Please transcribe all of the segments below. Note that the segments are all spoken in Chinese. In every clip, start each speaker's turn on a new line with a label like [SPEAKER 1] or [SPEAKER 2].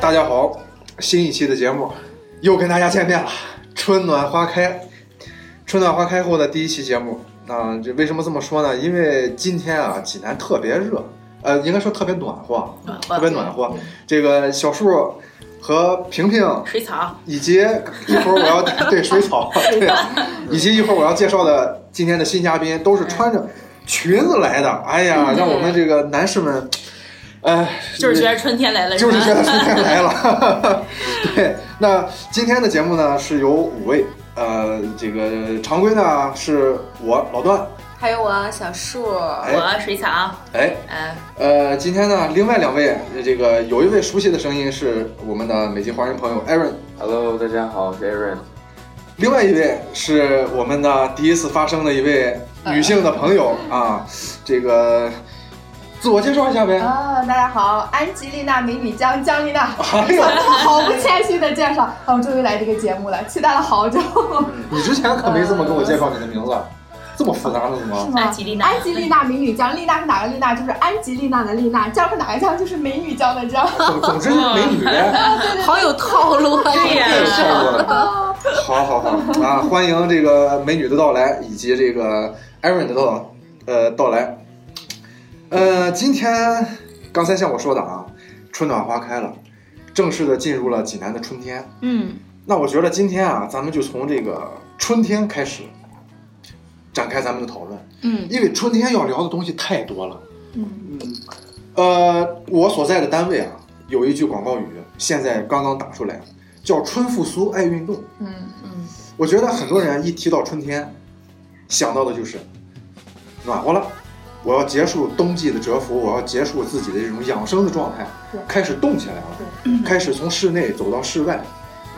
[SPEAKER 1] 大家好，新一期的节目又跟大家见面了。春暖花开，春暖花开后的第一期节目啊、这为什么这么说呢？因为今天啊，济南特别热，呃，应该说特别暖和，
[SPEAKER 2] 暖和
[SPEAKER 1] 特别暖和。这个小树和萍萍
[SPEAKER 2] 水草，
[SPEAKER 1] 以及一会儿我 要对水草，对，以及一会儿我要介绍的今天的新嘉宾都是穿着裙子来的。哎呀，让我们这个男士们，呃，
[SPEAKER 2] 嗯就是觉得春天来 了，
[SPEAKER 1] 就是觉
[SPEAKER 2] 吧
[SPEAKER 1] 得春天来了。 对，那今天的节目呢是由五位，呃，这个常规呢是我老段，
[SPEAKER 3] 还有我小树，
[SPEAKER 1] 哎
[SPEAKER 2] 我水草，
[SPEAKER 1] 哎，
[SPEAKER 2] 嗯，
[SPEAKER 1] 呃，今天呢另外两位，这个有一位熟悉的声音是我们的美籍华人朋友 Aaron，
[SPEAKER 4] Hello，大家好，我是 Aaron。
[SPEAKER 1] 另外一位是我们的第一次发声的一位女性的朋 友啊，这个自我介绍一下呗。
[SPEAKER 3] 啊，大家好，安吉丽娜美女江江丽娜，
[SPEAKER 1] 哎呦，
[SPEAKER 3] 我毫不谦虚的介绍，啊，我终于来这个节目了，期待了好久，
[SPEAKER 1] 你之前可没这么跟我介绍你的名字，这么复杂呢？怎
[SPEAKER 3] 是
[SPEAKER 1] 么？
[SPEAKER 3] 吗？
[SPEAKER 2] 安吉丽娜，
[SPEAKER 3] 安吉丽娜美女江，丽娜是哪个丽娜？就是安吉丽娜的丽娜，江是哪个江？就是美女江的江。
[SPEAKER 1] 总总之就是美女 呗，
[SPEAKER 5] 好有套路啊！
[SPEAKER 2] 对
[SPEAKER 1] 太有
[SPEAKER 2] 呀，
[SPEAKER 1] 效果了。好好好啊，欢迎这个美女的到来，以及这个 Aaron 的到呃到来。呃，今天刚才像我说的啊，春暖花开了，正式的进入了济南的春天。
[SPEAKER 5] 嗯，
[SPEAKER 1] 那我觉得今天啊，咱们就从这个春天开始展开咱们的讨论。
[SPEAKER 5] 嗯，
[SPEAKER 1] 因为春天要聊的东西太多了。嗯呃，我所在的单位啊，有一句广告语，现在刚刚打出来，叫“春复苏，爱运动”。
[SPEAKER 3] 嗯，
[SPEAKER 1] 我觉得很多人一提到春天，想到的就是暖和了，我要结束冬季的蛰伏，我要结束自己的这种养生的状态
[SPEAKER 3] 对，
[SPEAKER 1] 开始动起来了，开始从室内走到室外，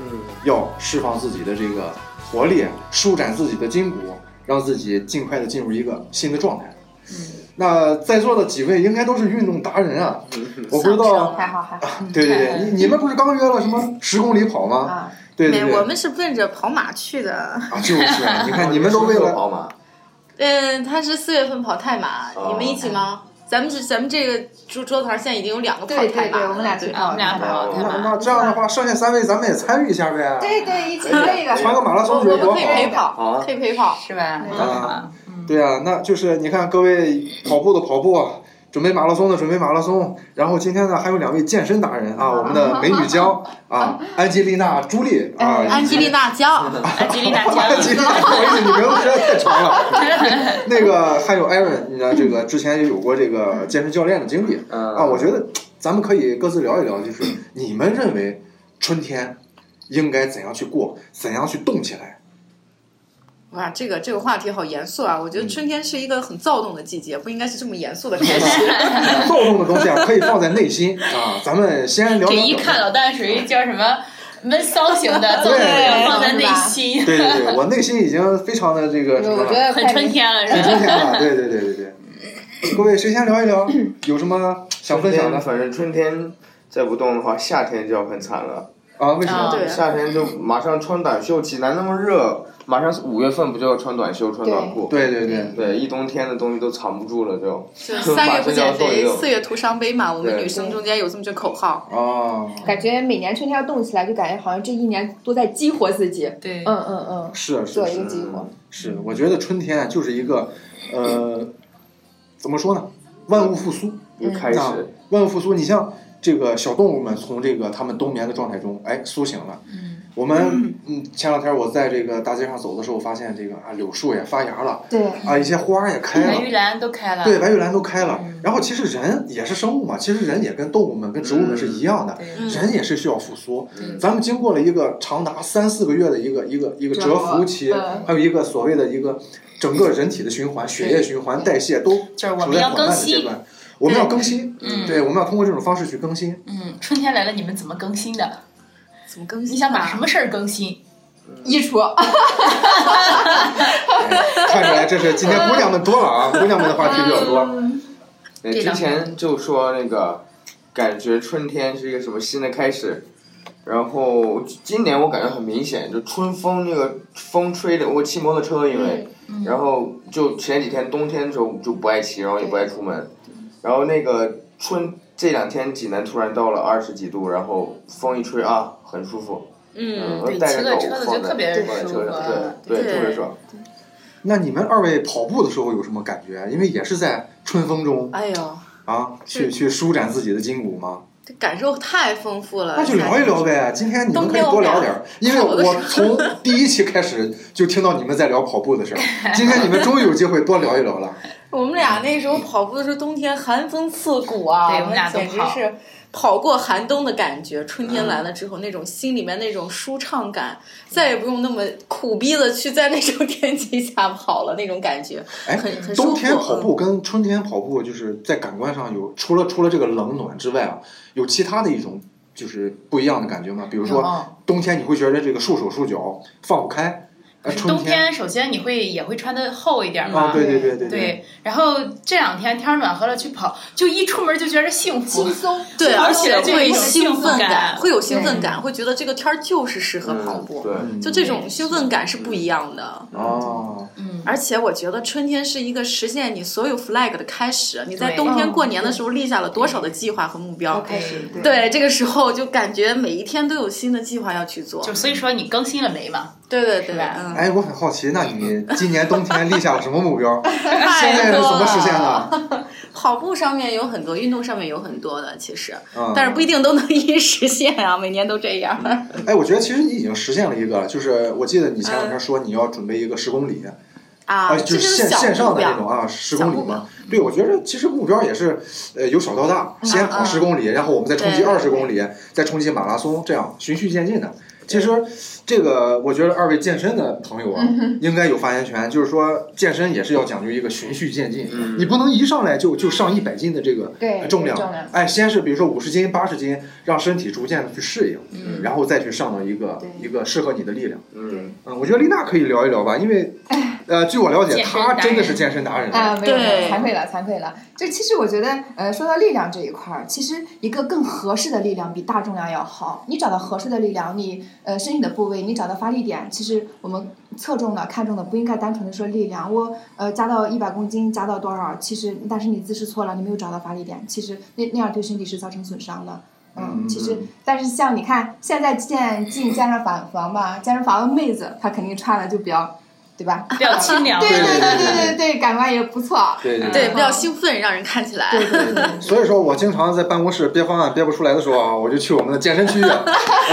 [SPEAKER 4] 嗯，
[SPEAKER 1] 要释放自己的这个活力，舒展自己的筋骨，让自己尽快的进入一个新的状态。
[SPEAKER 3] 嗯
[SPEAKER 1] 那在座的几位应该都是运动达人啊，
[SPEAKER 3] 嗯
[SPEAKER 1] 我不知道。
[SPEAKER 3] 还好还好
[SPEAKER 1] 对对对，你你们不是刚约了什么十公里跑吗？
[SPEAKER 3] 啊，
[SPEAKER 1] 对对
[SPEAKER 5] 没，
[SPEAKER 1] 对，
[SPEAKER 5] 我们是奔着跑马去的。
[SPEAKER 1] 啊就是， 你看你们都为
[SPEAKER 4] 是不是
[SPEAKER 1] 了
[SPEAKER 4] 跑马，
[SPEAKER 5] 嗯，他是四月份跑泰马，
[SPEAKER 4] 哦
[SPEAKER 5] 你们一起吗？咱们这咱们这个桌桌头上现在已经有两个跑
[SPEAKER 3] 对
[SPEAKER 5] 泰
[SPEAKER 3] 对
[SPEAKER 5] 马
[SPEAKER 3] 对，
[SPEAKER 5] 了，
[SPEAKER 3] 我们俩
[SPEAKER 5] 对
[SPEAKER 3] 去
[SPEAKER 5] 吧
[SPEAKER 2] 啊我们俩跑
[SPEAKER 1] 那
[SPEAKER 2] 对吧
[SPEAKER 1] 那这样的话，剩下三位咱们也参与一下呗，
[SPEAKER 3] 对对，一起累的，
[SPEAKER 1] 穿个马拉
[SPEAKER 5] 我
[SPEAKER 1] 松
[SPEAKER 5] 我
[SPEAKER 1] 鞋多好
[SPEAKER 5] 们可以陪
[SPEAKER 1] 啊！
[SPEAKER 4] 好
[SPEAKER 5] 跑，
[SPEAKER 4] 啊
[SPEAKER 5] 可以陪跑。
[SPEAKER 2] 是吧？嗯
[SPEAKER 1] 啊，对啊，那就是你看各位跑步的跑步，啊准备马拉松的准备马拉松，然后今天呢还有两位健身达人啊，我们的美女江啊，安吉丽娜朱莉啊，
[SPEAKER 3] 哎
[SPEAKER 5] 嗯安吉丽娜娇，
[SPEAKER 2] 安吉丽 娜家
[SPEAKER 1] 安吉丽娜，不好意思，你名字实在太长了。那个还有艾文，你呢？这个之前也有过这个健身教练的经历
[SPEAKER 4] 嗯
[SPEAKER 1] 啊，我觉得咱们可以各自聊一聊，就是你们认为春天应该怎样去过，怎样去动起来？
[SPEAKER 5] 哇，这个这个话题好严肃啊！我觉得春天是一个很躁动的季节，不应该是这么严肃的开始。
[SPEAKER 1] 躁动的东西啊，可以放在内心啊。咱们先聊
[SPEAKER 2] 这
[SPEAKER 1] 聊
[SPEAKER 2] 一
[SPEAKER 1] 表
[SPEAKER 2] 看老蛋属于叫什么闷骚型的，总是放在内心，
[SPEAKER 1] 对对对，我内心已经非常的这个什么
[SPEAKER 3] 我觉
[SPEAKER 1] 了，
[SPEAKER 3] 得
[SPEAKER 2] 很春天了，
[SPEAKER 1] 很
[SPEAKER 2] 是吧？
[SPEAKER 1] 春天了。对对对对对，各位谁先聊一聊？有什么想分享的
[SPEAKER 4] 反正春天再不动的话，夏天就要很惨了。
[SPEAKER 1] 啊？为什么？
[SPEAKER 2] 啊
[SPEAKER 5] 对
[SPEAKER 4] 夏天就马上穿短袖，济南那么热，马上五月份不就要穿短袖、穿短裤？
[SPEAKER 1] 对对对，
[SPEAKER 4] 对，一冬天的东西都藏不住了，就
[SPEAKER 5] 就三月不减肥，
[SPEAKER 4] 就
[SPEAKER 5] 四月徒伤悲嘛。我们
[SPEAKER 4] 对
[SPEAKER 5] 女
[SPEAKER 1] 嗯
[SPEAKER 5] 生中间有这么句口号。
[SPEAKER 1] 啊，
[SPEAKER 3] 感觉每年春天要动起来，就感觉好像这一年都在激活自己。
[SPEAKER 2] 对
[SPEAKER 3] 嗯，嗯嗯，
[SPEAKER 1] 是啊是
[SPEAKER 3] 做一
[SPEAKER 1] 是
[SPEAKER 3] 个激活。
[SPEAKER 1] 是，我觉得春天啊就是一个，呃，怎么说呢？万物复苏
[SPEAKER 4] 又开始
[SPEAKER 1] 啊，万物复苏。你像这个小动物们从这个它们冬眠的状态中，哎，苏醒了。嗯。我们嗯，前两天我在这个大街上走的时候，发现这个啊，柳树也发芽了，
[SPEAKER 3] 对，
[SPEAKER 1] 啊，一些花儿也开了
[SPEAKER 2] 嗯白，玉兰嗯都开了，
[SPEAKER 1] 对，白玉兰都开了。然后其实人也是生物嘛，其实人也跟动物们、跟植物们是一样的，
[SPEAKER 2] 嗯对
[SPEAKER 1] 人也是需要复苏。
[SPEAKER 2] 嗯
[SPEAKER 1] 咱们经过了一个长达三四个月的一个一个一个
[SPEAKER 3] 折
[SPEAKER 1] 蛰
[SPEAKER 3] 磨
[SPEAKER 1] 伏期，
[SPEAKER 3] 嗯
[SPEAKER 1] 还有一个所谓的一个整个人体的循环、血液循环、代谢都
[SPEAKER 2] 嗯就是我
[SPEAKER 1] 处
[SPEAKER 2] 们
[SPEAKER 1] 在缓
[SPEAKER 2] 要
[SPEAKER 1] 慢
[SPEAKER 2] 更
[SPEAKER 1] 的阶
[SPEAKER 2] 新。
[SPEAKER 1] 段。我们要更新，
[SPEAKER 2] 嗯
[SPEAKER 1] 对，我们要通过这种方式去更新。
[SPEAKER 2] 嗯，春天来了，你们怎么更新的？
[SPEAKER 5] 怎么更新？啊
[SPEAKER 2] 你想把什？么事儿更新？
[SPEAKER 3] 衣橱
[SPEAKER 1] 哎看出来，这是今天姑娘们多了啊，姑娘们的话题比较 多。
[SPEAKER 2] 嗯
[SPEAKER 4] 对，
[SPEAKER 2] 这
[SPEAKER 4] 之
[SPEAKER 2] 两
[SPEAKER 4] 前就说那个，感觉春天是一个什么新的开始，然后今年我感觉很明显，就春风那个风吹的，我骑摩托车因为，
[SPEAKER 2] 嗯
[SPEAKER 4] 然后就前几天冬天的时候就不爱骑，然后也不爱出门，然后那个春这两天济南突然到了二十几度，然后风一吹啊，很舒服，
[SPEAKER 5] 嗯，
[SPEAKER 4] 我
[SPEAKER 2] 对，
[SPEAKER 4] 带
[SPEAKER 2] 骑
[SPEAKER 4] 着
[SPEAKER 2] 个
[SPEAKER 4] 狗
[SPEAKER 2] 车子就
[SPEAKER 4] 放在
[SPEAKER 2] 特别
[SPEAKER 4] 放在
[SPEAKER 2] 舒
[SPEAKER 4] 车
[SPEAKER 2] 服啊
[SPEAKER 4] 上，，对
[SPEAKER 5] 对
[SPEAKER 4] 特别爽。
[SPEAKER 1] 那你们二位跑步的时候有什么感觉？因为也是在春风中
[SPEAKER 5] 哎呦，
[SPEAKER 1] 啊，去
[SPEAKER 5] 是
[SPEAKER 1] 去舒展自己的筋骨吗？
[SPEAKER 5] 这感受太丰富了。
[SPEAKER 1] 那就聊一聊呗。今天你们可以多聊点儿，因为
[SPEAKER 5] 跑的时
[SPEAKER 1] 我
[SPEAKER 5] 候
[SPEAKER 1] 从第一期开始就听到你们在聊跑步的事儿。今天你们终于有机会多聊一聊了。
[SPEAKER 5] 我们俩那时候跑步的时候，冬天寒风刺骨啊，
[SPEAKER 2] 对我们俩都
[SPEAKER 5] 简直
[SPEAKER 2] 跑
[SPEAKER 5] 是跑过寒冬的感觉。春
[SPEAKER 1] 嗯
[SPEAKER 5] 天来了之后，那种心里面那种舒畅感，再也不用那么苦逼的去在那种 天气下跑了，那种感觉
[SPEAKER 1] 哎
[SPEAKER 5] 很很舒服。啊
[SPEAKER 1] 冬天跑步跟春天跑步，就是在感官上有除了除了这个冷暖之外啊，有其他的一种就是不一样的感觉吗？比如
[SPEAKER 5] 啊
[SPEAKER 1] 说
[SPEAKER 2] 有
[SPEAKER 1] 冬天你会觉得这个束手束脚放不开，呃，春
[SPEAKER 2] 冬天首先你会也会穿的厚一点
[SPEAKER 1] 啊，
[SPEAKER 2] 嘛，
[SPEAKER 1] 对对对对
[SPEAKER 2] 对，然后这两天天儿暖和了去跑，就一出门就觉着幸福
[SPEAKER 3] 轻，松，
[SPEAKER 5] 对，
[SPEAKER 2] 而
[SPEAKER 5] 而
[SPEAKER 2] 且
[SPEAKER 5] 且
[SPEAKER 2] 这种
[SPEAKER 5] 会
[SPEAKER 2] 幸
[SPEAKER 5] 兴
[SPEAKER 2] 福
[SPEAKER 5] 奋
[SPEAKER 2] 感
[SPEAKER 5] 会有兴奋感，会觉得这个天儿就是适合跑步。
[SPEAKER 4] 对，
[SPEAKER 1] 嗯
[SPEAKER 5] 就这种兴奋感是不一样的，
[SPEAKER 1] 哦，
[SPEAKER 2] 嗯，
[SPEAKER 5] 而且我觉得春天是一个实现你所有 flag 的开始。你在
[SPEAKER 2] 对
[SPEAKER 5] 冬天过年的时候立下了多少的计划和目
[SPEAKER 1] 嗯
[SPEAKER 5] 标？
[SPEAKER 3] 开始对
[SPEAKER 5] 对，这个时候就感觉每一天都有新的计划要去做。
[SPEAKER 2] 就所以说你更新了没嘛？
[SPEAKER 5] 对对对，
[SPEAKER 2] 是吧
[SPEAKER 5] 嗯，
[SPEAKER 1] 哎，我很好奇，那你今年冬天立下了什么目标？哎现在 是
[SPEAKER 5] 太多
[SPEAKER 1] 怎
[SPEAKER 5] 了。
[SPEAKER 1] 么实现的？
[SPEAKER 5] 跑步上面有很多，运动上面有很多的，其实，
[SPEAKER 1] 嗯，
[SPEAKER 5] 但是不一定都能一一实现啊，每年都这样。
[SPEAKER 1] 哎，我觉得其实你已经实现了一个，就是我记得你前两天说你要准备一个十公里，哦
[SPEAKER 5] 啊，
[SPEAKER 1] 哎就是
[SPEAKER 5] 这是
[SPEAKER 1] 线
[SPEAKER 5] 小
[SPEAKER 1] 线上
[SPEAKER 5] 目
[SPEAKER 1] 的
[SPEAKER 5] 标
[SPEAKER 1] 那种啊，十
[SPEAKER 5] 小
[SPEAKER 1] 公里
[SPEAKER 5] 目标
[SPEAKER 1] 嘛。对，我觉得其实目标也是，呃，由少到大，先跑
[SPEAKER 5] 嗯
[SPEAKER 1] 十公里，然后我们再冲击
[SPEAKER 5] 对对
[SPEAKER 1] 二十公里，再冲击马拉松，这样循序渐进的。其实，这个我觉得二位健身的朋友啊，
[SPEAKER 5] 嗯
[SPEAKER 1] 应该有发言权。就是说，健身也是要讲究一个循序渐进，
[SPEAKER 4] 嗯
[SPEAKER 1] 你不能一上来就就上一百斤的这个
[SPEAKER 3] 对
[SPEAKER 1] 呃重量
[SPEAKER 3] 重量。
[SPEAKER 1] 哎，先是比如说五十斤、八十斤，让身体逐渐的去适应，
[SPEAKER 2] 嗯
[SPEAKER 1] 然后再去上到一个
[SPEAKER 3] 对
[SPEAKER 1] 一个适合你的力量。
[SPEAKER 4] 嗯，
[SPEAKER 1] 嗯，我觉得丽娜可以聊一聊吧，因为，
[SPEAKER 5] 哎
[SPEAKER 1] 呃，据我了解，
[SPEAKER 2] 健身
[SPEAKER 1] 她
[SPEAKER 2] 达
[SPEAKER 1] 真的
[SPEAKER 2] 人
[SPEAKER 1] 是健身达人。
[SPEAKER 3] 啊，没有，没有
[SPEAKER 5] 对
[SPEAKER 3] 惭愧了，惭愧了。就其实我觉得，呃，说到力量这一块儿，其实一个更合适的力量比大重量要好。你找到合适的力量，你呃身体的部位，你找到发力点，其实我们侧重的、看重的不应该单纯的说力量。我呃加到一百公斤，加到多少？其实但是你姿势错了，你没有找到发力点，其实那那样对身体是造成损伤的。嗯，其实，但是像你看，现在健进健身房房吧，健身房的妹子，她肯定穿的就比较，对吧？
[SPEAKER 2] 比较清凉，
[SPEAKER 3] 对
[SPEAKER 1] 对
[SPEAKER 3] 对
[SPEAKER 1] 对
[SPEAKER 3] 对
[SPEAKER 1] 对
[SPEAKER 3] 对
[SPEAKER 1] 对
[SPEAKER 3] 对对，感官也不错。
[SPEAKER 1] 对对
[SPEAKER 5] 对，比较兴奋，让人看起来。
[SPEAKER 1] 所以说我经常在办公室憋方案憋不出来的时候啊，我就去我们的健身区啊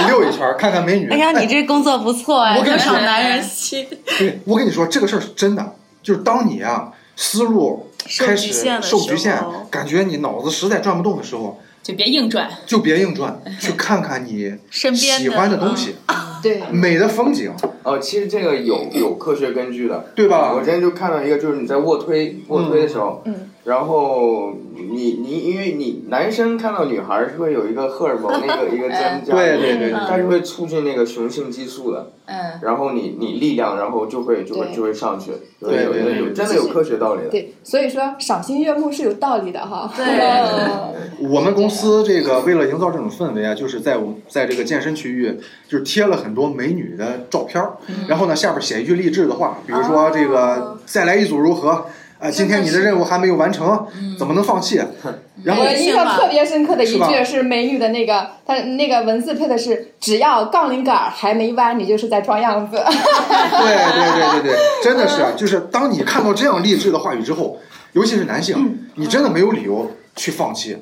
[SPEAKER 1] 溜一圈儿，看看美女。
[SPEAKER 5] 哎呀，你这工作不错哎，
[SPEAKER 1] 我跟
[SPEAKER 5] 多
[SPEAKER 1] 你
[SPEAKER 5] 少
[SPEAKER 2] 说
[SPEAKER 5] 男人吸
[SPEAKER 1] 对，我跟你说，这个事儿是真的，就是当你啊思路
[SPEAKER 5] 受
[SPEAKER 1] 开
[SPEAKER 5] 局
[SPEAKER 1] 始
[SPEAKER 5] 限的时
[SPEAKER 1] 受
[SPEAKER 5] 候，
[SPEAKER 1] 局限，感觉你脑子实在转不动的时候，
[SPEAKER 2] 就别硬转，
[SPEAKER 1] 就别硬转，去看看你
[SPEAKER 5] 身边嗯
[SPEAKER 1] 喜欢的东，西、
[SPEAKER 3] 对，
[SPEAKER 1] 美的风景，
[SPEAKER 4] 哦，其实这个有有科学根据的。
[SPEAKER 1] 对吧？
[SPEAKER 4] 我之前就看到一个，就是你在卧推卧推的时候，
[SPEAKER 3] 嗯
[SPEAKER 4] 然后你你因为你男生看到女孩儿是会有一个荷尔蒙那个一个增加，
[SPEAKER 1] 对对对对
[SPEAKER 4] 它是会促进那个雄性激素的，
[SPEAKER 2] 嗯，
[SPEAKER 4] 然后你你力量，然后就会就会
[SPEAKER 3] 对
[SPEAKER 4] 就会上去，有
[SPEAKER 1] 对
[SPEAKER 4] 有
[SPEAKER 1] 对对
[SPEAKER 4] 有真的有科学道理的。
[SPEAKER 3] 对，所以说赏心悦目是有道理的哈。
[SPEAKER 5] 对
[SPEAKER 3] 嗯
[SPEAKER 1] 我们公司这个为了营造这种氛围啊，就是在我们在这个健身区域，就是贴了很多美女的照片儿，然后呢下边写一句励志的话，比如说这个再来一组如何？啊，今天你的任务还没有完成，怎么能放弃？然后
[SPEAKER 3] 我印象特别深刻的一
[SPEAKER 1] 是吧
[SPEAKER 3] 句是美女的那个，她那个文字配的是“只要杠铃杆儿还没弯，你就是在装样 子
[SPEAKER 1] 对对对对对，真的是，就是当你看到这样励志的话语之后，尤其是男性，你真的没有理由去放弃，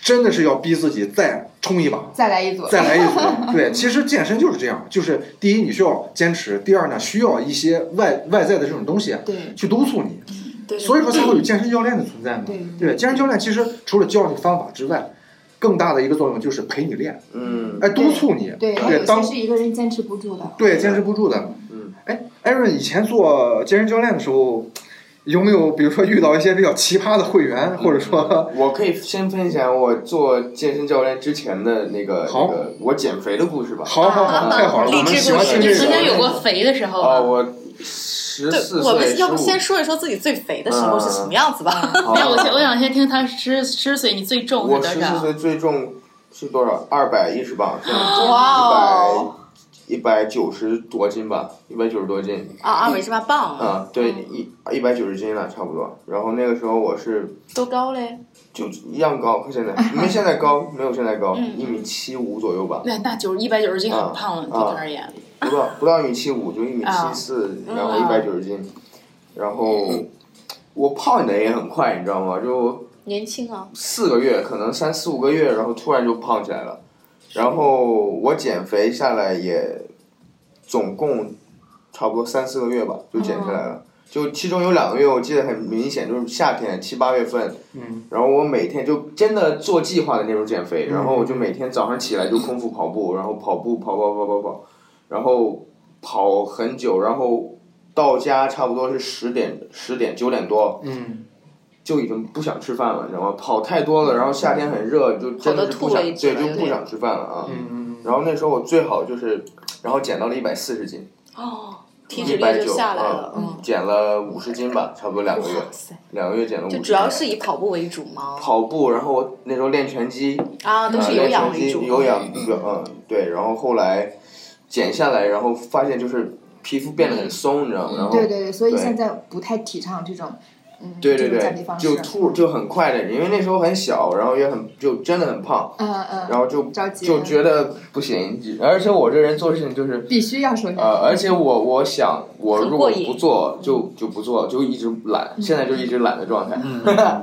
[SPEAKER 1] 真的是要逼自己再冲一把。”，
[SPEAKER 3] 再来一组。
[SPEAKER 1] 再来一 组。对，其实健身就是这样，就是第一你需要坚持，第二呢需要一些外外在的这种东西啊
[SPEAKER 3] 对
[SPEAKER 1] 去督促你，
[SPEAKER 5] 对
[SPEAKER 1] 所以说才会有健身教练的存在嘛。
[SPEAKER 3] 对
[SPEAKER 1] 对，健身教练其实除了教你方法之外，更大的一个作用就是陪你练，
[SPEAKER 4] 嗯，
[SPEAKER 1] 哎，督促你。
[SPEAKER 3] 对，
[SPEAKER 1] 对，
[SPEAKER 3] 有些
[SPEAKER 1] 当
[SPEAKER 3] 是一个人坚持不住的。
[SPEAKER 1] 对坚持不住的。
[SPEAKER 4] 嗯，
[SPEAKER 1] 哎，艾瑞以前做健身教练的时候。有没有比如说遇到一些比较奇葩的会员，或者
[SPEAKER 3] 嗯
[SPEAKER 1] 说
[SPEAKER 4] 我可以先分享我做健身教练之前的那个
[SPEAKER 1] 好
[SPEAKER 4] 那个我减肥的故事吧。
[SPEAKER 3] 啊
[SPEAKER 1] 好好好，太好了，我
[SPEAKER 5] 励
[SPEAKER 1] 们
[SPEAKER 5] 志
[SPEAKER 1] 喜欢
[SPEAKER 5] 故事
[SPEAKER 1] 听
[SPEAKER 2] 你
[SPEAKER 1] 这
[SPEAKER 2] 曾经
[SPEAKER 1] 个。
[SPEAKER 2] 有过肥的时候
[SPEAKER 4] 哦，
[SPEAKER 2] 吗？
[SPEAKER 4] 我十
[SPEAKER 5] 对
[SPEAKER 4] 四，岁，
[SPEAKER 5] 我们要不
[SPEAKER 4] 15
[SPEAKER 5] 先说一说自己最肥的时候是什么样子吧？
[SPEAKER 4] 好
[SPEAKER 2] 那我想我想先听他十十岁你最重
[SPEAKER 4] 我
[SPEAKER 2] 是
[SPEAKER 4] 十
[SPEAKER 2] 多
[SPEAKER 4] 四
[SPEAKER 2] 少？
[SPEAKER 4] 岁最重是多少？二百一十磅，是
[SPEAKER 5] 哇
[SPEAKER 4] 一
[SPEAKER 5] 哦，
[SPEAKER 4] 百一百九十多斤吧，一百九十多斤。
[SPEAKER 5] 啊，二百一十八磅啊，
[SPEAKER 4] 啊，对，
[SPEAKER 2] 嗯
[SPEAKER 4] 一一百九十斤了，差不多。然后那个时候我是
[SPEAKER 5] 多高嘞？
[SPEAKER 4] 就一样高，和现在没现在高，没有现在高，
[SPEAKER 5] 嗯
[SPEAKER 4] 一米七五左右吧，
[SPEAKER 2] 那那九一百九十斤
[SPEAKER 4] 啊
[SPEAKER 2] 很胖了，对
[SPEAKER 4] 啊
[SPEAKER 2] 他而言，啊
[SPEAKER 4] 不到不到一米七五，就一米七四，然后一百
[SPEAKER 2] 嗯
[SPEAKER 4] 九十斤。然后我胖的也很快，你知道吗？就
[SPEAKER 5] 年轻啊，
[SPEAKER 4] 四个月，可能三四五个月，然后突然就胖起来了。然后我减肥下来也总共差不多三四个月吧，就减下来了。就其中有两个月我记得很明显，就是夏天七八月份，
[SPEAKER 1] 嗯，
[SPEAKER 4] 然后我每天就真的做计划的那种减肥，然后我就每天早上起来就空腹跑步，然后跑步跑跑跑跑跑，然后跑很久，然后到家差不多是十点十点九点多，
[SPEAKER 1] 嗯，
[SPEAKER 4] 就已经不想吃饭了，你知道吗？跑太多了，然后夏天很热，就真的是
[SPEAKER 5] 嗯跑得吐
[SPEAKER 4] 不想
[SPEAKER 5] 了一地
[SPEAKER 4] 对，
[SPEAKER 5] 了
[SPEAKER 4] 就不
[SPEAKER 5] 对
[SPEAKER 4] 想吃饭了啊。
[SPEAKER 1] 嗯
[SPEAKER 4] 然后那时候我最好就是，然后减到了一百四十斤，
[SPEAKER 5] 哦，体脂
[SPEAKER 4] 嗯一
[SPEAKER 5] 率
[SPEAKER 4] 百
[SPEAKER 5] 就
[SPEAKER 4] 九啊
[SPEAKER 5] 下来了，嗯，
[SPEAKER 4] 减了五十斤吧，差不多两个月，
[SPEAKER 5] 塞，
[SPEAKER 4] 两个月减了五
[SPEAKER 5] 就
[SPEAKER 4] 十斤。
[SPEAKER 5] 主要是以跑步为主吗？
[SPEAKER 4] 跑步，然后我那时候练拳击，
[SPEAKER 5] 啊，都
[SPEAKER 4] 啊
[SPEAKER 5] 是有
[SPEAKER 4] 练
[SPEAKER 5] 氧
[SPEAKER 4] 拳
[SPEAKER 5] 为
[SPEAKER 4] 击
[SPEAKER 5] 主，
[SPEAKER 4] 有氧，嗯，对。然后后来减下来，然后发现就是皮肤变得很松，你知
[SPEAKER 5] 嗯
[SPEAKER 4] 道吗？然后
[SPEAKER 3] 对对对，所以
[SPEAKER 4] 对
[SPEAKER 3] 现在不太提倡这种，嗯，
[SPEAKER 4] 对对
[SPEAKER 3] 这种减肥
[SPEAKER 4] 对，
[SPEAKER 3] 方式
[SPEAKER 4] 就，突就很快的，因为那时候很小，然后也很就真的很胖，
[SPEAKER 3] 嗯嗯，
[SPEAKER 4] 然后就
[SPEAKER 3] 着急
[SPEAKER 4] 就觉得不行，而且我这人做事情就是
[SPEAKER 3] 必须要瘦下
[SPEAKER 4] 呃，
[SPEAKER 3] 来，
[SPEAKER 4] 而且我我想我
[SPEAKER 5] 很
[SPEAKER 4] 如
[SPEAKER 5] 过
[SPEAKER 4] 果
[SPEAKER 5] 瘾嗯
[SPEAKER 4] 不做就就不做，就一直懒，现在就一直懒的状态。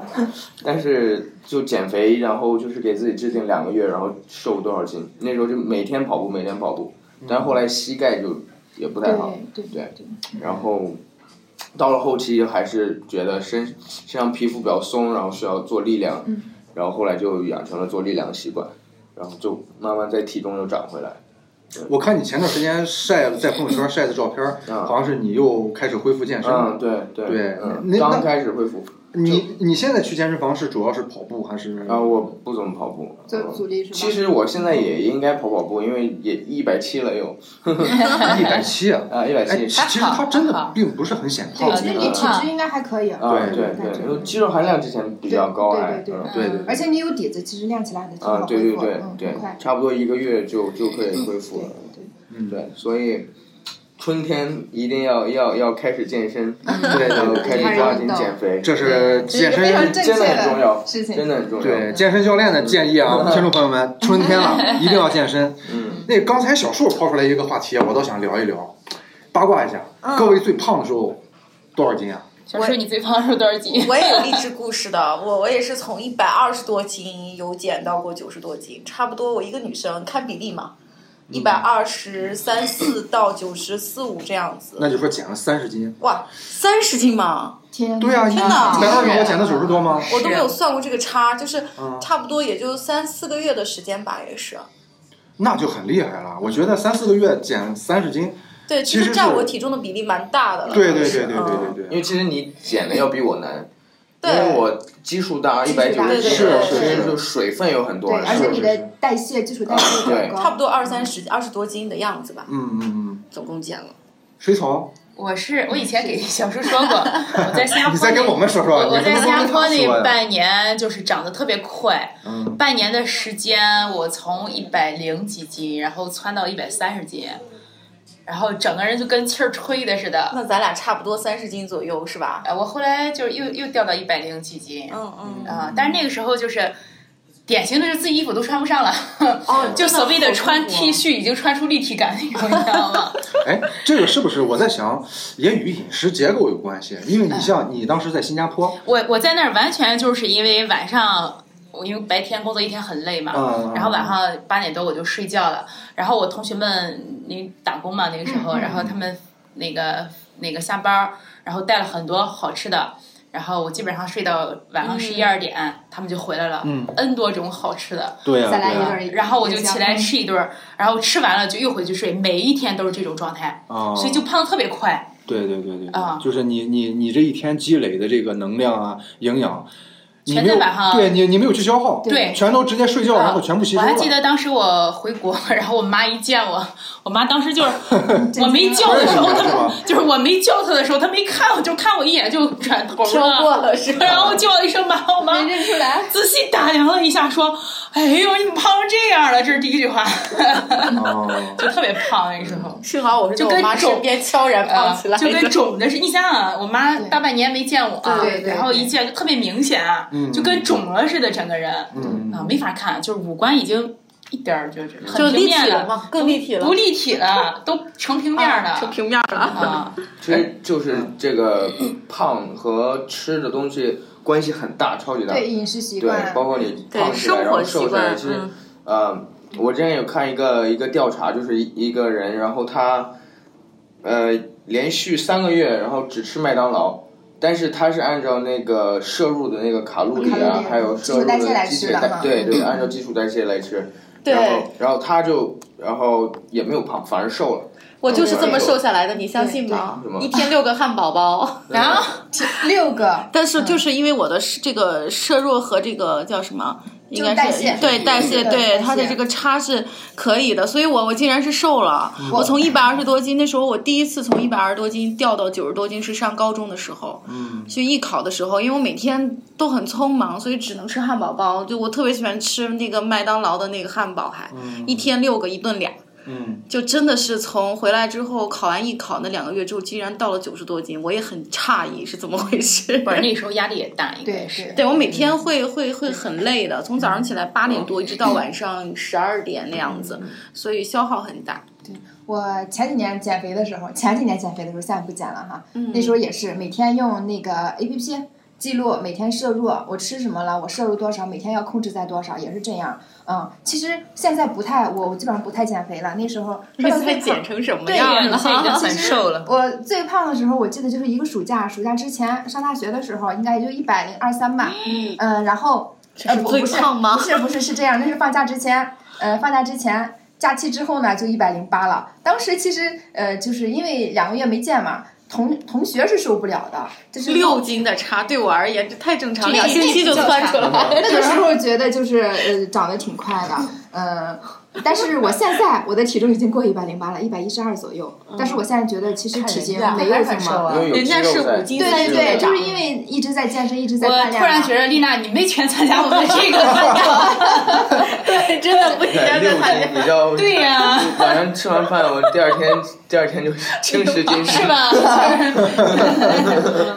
[SPEAKER 4] 但是就减肥，然后就是给自己制定两个月，然后瘦多少斤，那时候就每天跑步，每天跑步，但后来膝盖就也不太好，
[SPEAKER 3] 对对对，
[SPEAKER 4] 然后到了后期还是觉得身身上皮肤比较松，然后需要做力量，
[SPEAKER 3] 嗯
[SPEAKER 4] 然后后来就养成了做力量的习惯，然后就慢慢在体重又长回来。
[SPEAKER 1] 我看你前段时间晒在朋友 圈晒的照片，
[SPEAKER 4] 嗯
[SPEAKER 1] 好像是你又开始恢复健身
[SPEAKER 4] 嗯，
[SPEAKER 1] 了。
[SPEAKER 4] 对对
[SPEAKER 1] 对
[SPEAKER 4] 嗯
[SPEAKER 1] 那，那
[SPEAKER 4] 刚开始恢复
[SPEAKER 1] 你你现在去健身房是主要是跑步还是？
[SPEAKER 4] 啊，我不怎么跑步。
[SPEAKER 3] 做
[SPEAKER 4] 嗯
[SPEAKER 3] 阻力是吧？
[SPEAKER 4] 其实我现在也应该跑跑步，因为也一百七了又
[SPEAKER 1] 一百七啊！
[SPEAKER 4] 啊， 一百
[SPEAKER 1] 哎，
[SPEAKER 4] 七
[SPEAKER 1] 其其实他真的并不是很显胖
[SPEAKER 3] 对，，其
[SPEAKER 1] 那
[SPEAKER 3] 实
[SPEAKER 1] 个
[SPEAKER 3] 你体质应该还可以，
[SPEAKER 4] 啊，
[SPEAKER 1] 对
[SPEAKER 4] 对
[SPEAKER 3] 感觉
[SPEAKER 4] 对，因为肌肉含量之前比较高还
[SPEAKER 3] 对对对
[SPEAKER 4] 嗯
[SPEAKER 1] 对对对
[SPEAKER 3] 而且你有底子，其实练起来你就
[SPEAKER 4] 啊，
[SPEAKER 3] 好
[SPEAKER 4] 对
[SPEAKER 3] 恢
[SPEAKER 4] 对
[SPEAKER 3] 复，
[SPEAKER 4] 对
[SPEAKER 3] 嗯，很
[SPEAKER 4] 对，
[SPEAKER 3] 快。
[SPEAKER 4] 差不多一个月就就可以恢复
[SPEAKER 3] 对
[SPEAKER 4] 了。
[SPEAKER 3] 对，
[SPEAKER 1] 嗯
[SPEAKER 4] 对，所以春天一定要要要开始健身，
[SPEAKER 3] 嗯
[SPEAKER 1] 对
[SPEAKER 4] 然后
[SPEAKER 1] 对
[SPEAKER 4] 开
[SPEAKER 1] 对，
[SPEAKER 4] 始抓紧减肥，
[SPEAKER 1] 这是
[SPEAKER 3] 这是一
[SPEAKER 1] 健
[SPEAKER 3] 个非常
[SPEAKER 1] 身。
[SPEAKER 3] 正
[SPEAKER 4] 真
[SPEAKER 3] 确
[SPEAKER 4] 的很重要，
[SPEAKER 3] 事情。
[SPEAKER 4] 真的很重要。
[SPEAKER 1] 对健身教练的建议 啊，听众朋友们，春天了一定要健 身。
[SPEAKER 4] 嗯，
[SPEAKER 1] 那刚才小树抛出来一个话题，啊我倒想聊一聊，八卦一下，
[SPEAKER 3] 嗯
[SPEAKER 1] 各位最胖的时候多少斤啊？
[SPEAKER 2] 小树你最胖的时候多少斤？
[SPEAKER 5] 我也有励志故事的，我我也是从一百二十多斤有减到过九十多斤，差不多我一个女生看比例嘛，一百
[SPEAKER 4] 嗯
[SPEAKER 5] 二十三四到九十四五这样子。
[SPEAKER 1] 那就说减了三十斤。
[SPEAKER 5] 哇，三十斤嘛，
[SPEAKER 3] 天，
[SPEAKER 1] 对啊，你
[SPEAKER 5] 天哪
[SPEAKER 1] 在二十我减到九十多 吗？
[SPEAKER 5] 我都没有算过这个差，就是
[SPEAKER 1] 嗯
[SPEAKER 5] 差不多也就三四个月的时间吧，也是。
[SPEAKER 1] 那就很厉害了。我觉得三四个月减三十斤，
[SPEAKER 5] 对，
[SPEAKER 1] 其
[SPEAKER 5] 其
[SPEAKER 1] 实
[SPEAKER 5] 实占
[SPEAKER 1] 是
[SPEAKER 5] 我体重的比例蛮大的了。
[SPEAKER 1] 对对
[SPEAKER 5] 当时
[SPEAKER 1] 对对对
[SPEAKER 5] 嗯
[SPEAKER 1] 对
[SPEAKER 4] 因为
[SPEAKER 2] 哦
[SPEAKER 1] 对。
[SPEAKER 4] 其实你减的要比我难，因
[SPEAKER 5] 对
[SPEAKER 4] 为我基数大，一百九
[SPEAKER 5] 对
[SPEAKER 4] 十
[SPEAKER 3] 对
[SPEAKER 4] 斤，
[SPEAKER 5] 是
[SPEAKER 4] 其
[SPEAKER 5] 是
[SPEAKER 4] 实
[SPEAKER 1] 是
[SPEAKER 4] 就水分有很多
[SPEAKER 3] 对，，而且
[SPEAKER 4] 是
[SPEAKER 3] 你
[SPEAKER 1] 是啊
[SPEAKER 3] 的代谢基础代谢比
[SPEAKER 4] 对
[SPEAKER 3] 较
[SPEAKER 5] 差不
[SPEAKER 3] 高。
[SPEAKER 5] 多二三十二十多斤的样子吧，
[SPEAKER 1] 嗯嗯嗯，
[SPEAKER 5] 总共减了。
[SPEAKER 1] 水草，
[SPEAKER 2] 我是我以前给小叔说 过，我在新加坡那，
[SPEAKER 1] 你再跟我们说说，啊
[SPEAKER 2] 我我
[SPEAKER 1] 你
[SPEAKER 2] 在
[SPEAKER 1] 跟
[SPEAKER 2] 新加
[SPEAKER 1] 我
[SPEAKER 2] 坡
[SPEAKER 1] 们说
[SPEAKER 2] 那
[SPEAKER 1] 呀
[SPEAKER 2] 半年就是长得特别快，
[SPEAKER 1] 嗯
[SPEAKER 2] 半年的时间我从一百零几斤，然后窜到一百三十斤，然后整个人就跟气儿吹的似的。
[SPEAKER 5] 那咱俩差不多三十斤左右是吧？
[SPEAKER 2] 呃我后来就是又又掉到一百零几斤，
[SPEAKER 5] 嗯嗯。
[SPEAKER 2] 啊、但是那个时候就是典型的是自己衣服都穿不上了，
[SPEAKER 5] 哦
[SPEAKER 2] 就所谓的
[SPEAKER 5] 那
[SPEAKER 2] 穿
[SPEAKER 5] 好痛苦啊
[SPEAKER 2] T 恤已经穿出立体感那种，你知 道吗？
[SPEAKER 1] 哎，这个是不是我在想，也与饮食结构有关系？因为你像你当时在新加坡，
[SPEAKER 2] 我我在那儿完全就是因为晚上，我因为白天工作一天很累嘛，
[SPEAKER 1] 嗯
[SPEAKER 2] 然后晚上八点多我就睡觉了。然后我同学们那打工嘛那个时
[SPEAKER 1] 嗯
[SPEAKER 2] 候，然后他们那个那个下班儿，然后带了很多好吃的。然后我基本上睡到晚上十一二点，他们就回来了、
[SPEAKER 1] 嗯
[SPEAKER 2] n 多种好吃的，
[SPEAKER 1] 对呀
[SPEAKER 3] 再来一顿，
[SPEAKER 2] 然后我就
[SPEAKER 5] 嗯
[SPEAKER 2] 起来吃一顿儿，然后吃完了就又回去睡，每一天都是这种状态，
[SPEAKER 1] 啊
[SPEAKER 2] 所以就胖的特别快。
[SPEAKER 1] 对对对对
[SPEAKER 2] 啊
[SPEAKER 1] 就是你你你这一天积累的这个能量啊、营养，你
[SPEAKER 2] 全
[SPEAKER 1] 没有
[SPEAKER 2] 在晚上
[SPEAKER 1] 对你你没有去消耗，
[SPEAKER 2] 对
[SPEAKER 1] 全都直接睡觉，然后全部吸收
[SPEAKER 2] 我
[SPEAKER 1] 了。
[SPEAKER 2] 还记得当时我回国，然后我妈一见我，我妈 当时就是我没叫的时候，
[SPEAKER 1] 是
[SPEAKER 2] 她
[SPEAKER 1] 吗
[SPEAKER 2] 就是我没叫她的时候，她没看我，就看我一眼就转头
[SPEAKER 5] 飘过了是吧？
[SPEAKER 2] 然后叫了一声妈，我妈
[SPEAKER 3] 没认出来。
[SPEAKER 2] 仔细打量了一下，说：“哎呦，你胖成这样了！”这是第一句话，
[SPEAKER 1] 哦，
[SPEAKER 2] 就特别胖那时候。
[SPEAKER 5] 幸好我是在
[SPEAKER 2] 就
[SPEAKER 5] 我
[SPEAKER 2] 跟
[SPEAKER 5] 妈
[SPEAKER 2] 肿
[SPEAKER 5] 身边悄 然
[SPEAKER 2] 呃
[SPEAKER 5] 胖起来，
[SPEAKER 4] 哎
[SPEAKER 2] 就跟
[SPEAKER 5] 的。
[SPEAKER 2] 肿的是，你想想啊，我妈
[SPEAKER 3] 对
[SPEAKER 2] 大半年没见我啊，
[SPEAKER 3] 对对对
[SPEAKER 2] 然后一见就特别明显啊，
[SPEAKER 1] 嗯
[SPEAKER 2] 就跟肿了似的，整个人
[SPEAKER 1] 嗯，
[SPEAKER 2] 啊没法看，就是五官已经一点儿就是
[SPEAKER 5] 就
[SPEAKER 2] 很平
[SPEAKER 5] 立
[SPEAKER 2] 面
[SPEAKER 5] 体了
[SPEAKER 2] 了，
[SPEAKER 5] 嘛，更立体了，
[SPEAKER 2] 不立体了，都成平面儿的
[SPEAKER 5] 啊成平面了。
[SPEAKER 2] 啊，
[SPEAKER 4] 其实就是
[SPEAKER 3] 嗯
[SPEAKER 4] 这个 胖和吃的东西关系很大，超级大。
[SPEAKER 3] 对饮食习
[SPEAKER 4] 对，
[SPEAKER 3] 惯，
[SPEAKER 4] 包括你
[SPEAKER 5] 对
[SPEAKER 4] 胖起来
[SPEAKER 5] 生
[SPEAKER 4] 然后
[SPEAKER 5] 活习
[SPEAKER 4] 瘦下来，
[SPEAKER 5] 惯，
[SPEAKER 4] 其实
[SPEAKER 5] 嗯，
[SPEAKER 4] 呃，我之前有看一个一个调查，就是一一个人，然后他呃连续三个月，然后只吃麦当劳，但是他是按照那个摄入的那个卡路里
[SPEAKER 3] 卡路
[SPEAKER 4] 啊
[SPEAKER 3] 里，
[SPEAKER 4] 还有摄入
[SPEAKER 3] 基础代谢
[SPEAKER 4] 的
[SPEAKER 3] 来
[SPEAKER 4] 基
[SPEAKER 3] 吃
[SPEAKER 4] 础
[SPEAKER 3] 的
[SPEAKER 4] 代
[SPEAKER 3] 哈
[SPEAKER 4] 对对，按照基础代谢来吃，
[SPEAKER 5] 对
[SPEAKER 4] 然后然后他就然后也没有胖，反而瘦了，
[SPEAKER 5] 我就是这么瘦下来的，你相信吗
[SPEAKER 4] 对对？
[SPEAKER 5] 一天六个汉堡包，
[SPEAKER 2] 然后
[SPEAKER 3] 六个啊
[SPEAKER 5] 但是就是因为我的摄这个摄入和这个叫什么，应
[SPEAKER 3] 就是
[SPEAKER 5] 该
[SPEAKER 3] 代
[SPEAKER 5] 是
[SPEAKER 3] 谢
[SPEAKER 5] 对代谢，对
[SPEAKER 3] 对代谢
[SPEAKER 5] 它的这个差是可以的，所以我我竟然是瘦了。
[SPEAKER 3] 嗯
[SPEAKER 5] 我从一百二十多斤，那时候我第一次从一百二十多斤掉到九十多斤是上高中的时候，嗯，去艺考的时候，因为我每天都很匆忙，所以只能吃汉堡包，就我特别喜欢吃那个麦当劳的那个汉堡，还
[SPEAKER 3] 嗯
[SPEAKER 5] 一天六个，一顿俩。
[SPEAKER 1] 嗯，
[SPEAKER 5] 就真的是从回来之后考完艺考那两个月之后，竟然到了九十多斤，我也很诧异是怎么回事。
[SPEAKER 2] 不是那时候压力也大，应该
[SPEAKER 3] 对
[SPEAKER 2] 是
[SPEAKER 3] 是。
[SPEAKER 5] 对我每天会会会很累的，从早上起来八点多一直到晚上十二点那样子，所以消耗很大。
[SPEAKER 3] 我前几年减肥的时候，前几年减肥的时候，现在不减了哈。
[SPEAKER 5] 嗯
[SPEAKER 3] 那时候也是每天用那个 A P P 记录每天摄入，我吃什么了，我摄入多少，每天要控制在多少，也是这样。嗯，其实现在不太，我我基本上不太减肥了。那时候
[SPEAKER 5] 这
[SPEAKER 3] 说到
[SPEAKER 5] 次还
[SPEAKER 3] 最
[SPEAKER 5] 减，
[SPEAKER 3] 胖
[SPEAKER 5] 成什么
[SPEAKER 3] 对
[SPEAKER 5] 样
[SPEAKER 2] 你
[SPEAKER 5] 了？
[SPEAKER 2] 现在已经很 瘦了，
[SPEAKER 3] 我最胖的时候，我记得就是一个暑假，暑假之前上大学的时候，应该也就一百零二三吧。嗯、然后呃不
[SPEAKER 5] 最
[SPEAKER 3] 不是
[SPEAKER 5] 胖吗
[SPEAKER 3] 不是不是是这样，那是放假之前，呃，放假之前。假期之后呢，就一百零八了。当时其实，呃，就是因为两个月没见嘛，同同学是受不了的，就是
[SPEAKER 5] 六斤的差对我而言这太正常，
[SPEAKER 2] 这
[SPEAKER 5] 两星期就窜出来了。
[SPEAKER 3] 那个时候觉得就是呃长得挺快的，嗯、但是我现在我的体重已经过一百零八了，一百一十二左右。但是我现在觉得其实体
[SPEAKER 5] 嗯
[SPEAKER 3] 型
[SPEAKER 5] 看人
[SPEAKER 3] 没
[SPEAKER 5] 家
[SPEAKER 3] 有
[SPEAKER 5] 还
[SPEAKER 3] 什
[SPEAKER 5] 很瘦
[SPEAKER 3] 么
[SPEAKER 5] 啊
[SPEAKER 4] 因为有
[SPEAKER 5] 人
[SPEAKER 4] 肌
[SPEAKER 5] 家是
[SPEAKER 4] 肉
[SPEAKER 5] 五
[SPEAKER 4] 在。
[SPEAKER 5] 斤
[SPEAKER 3] 对
[SPEAKER 5] 三
[SPEAKER 3] 对
[SPEAKER 5] 斤
[SPEAKER 3] 对，
[SPEAKER 5] 的
[SPEAKER 3] 就
[SPEAKER 5] 长
[SPEAKER 3] 是。因为一直在健身，一直在
[SPEAKER 2] 我
[SPEAKER 3] 锻炼。
[SPEAKER 2] 突然觉，得丽娜，你没全参加我们这个 参加，
[SPEAKER 5] 对，真的不应
[SPEAKER 4] 对
[SPEAKER 5] 该
[SPEAKER 4] 六
[SPEAKER 5] 再参
[SPEAKER 4] 斤
[SPEAKER 5] 加。
[SPEAKER 4] 比较，
[SPEAKER 2] 对呀、
[SPEAKER 4] 晚上吃完饭，我第二天第二天就精神精神
[SPEAKER 2] 是。吧？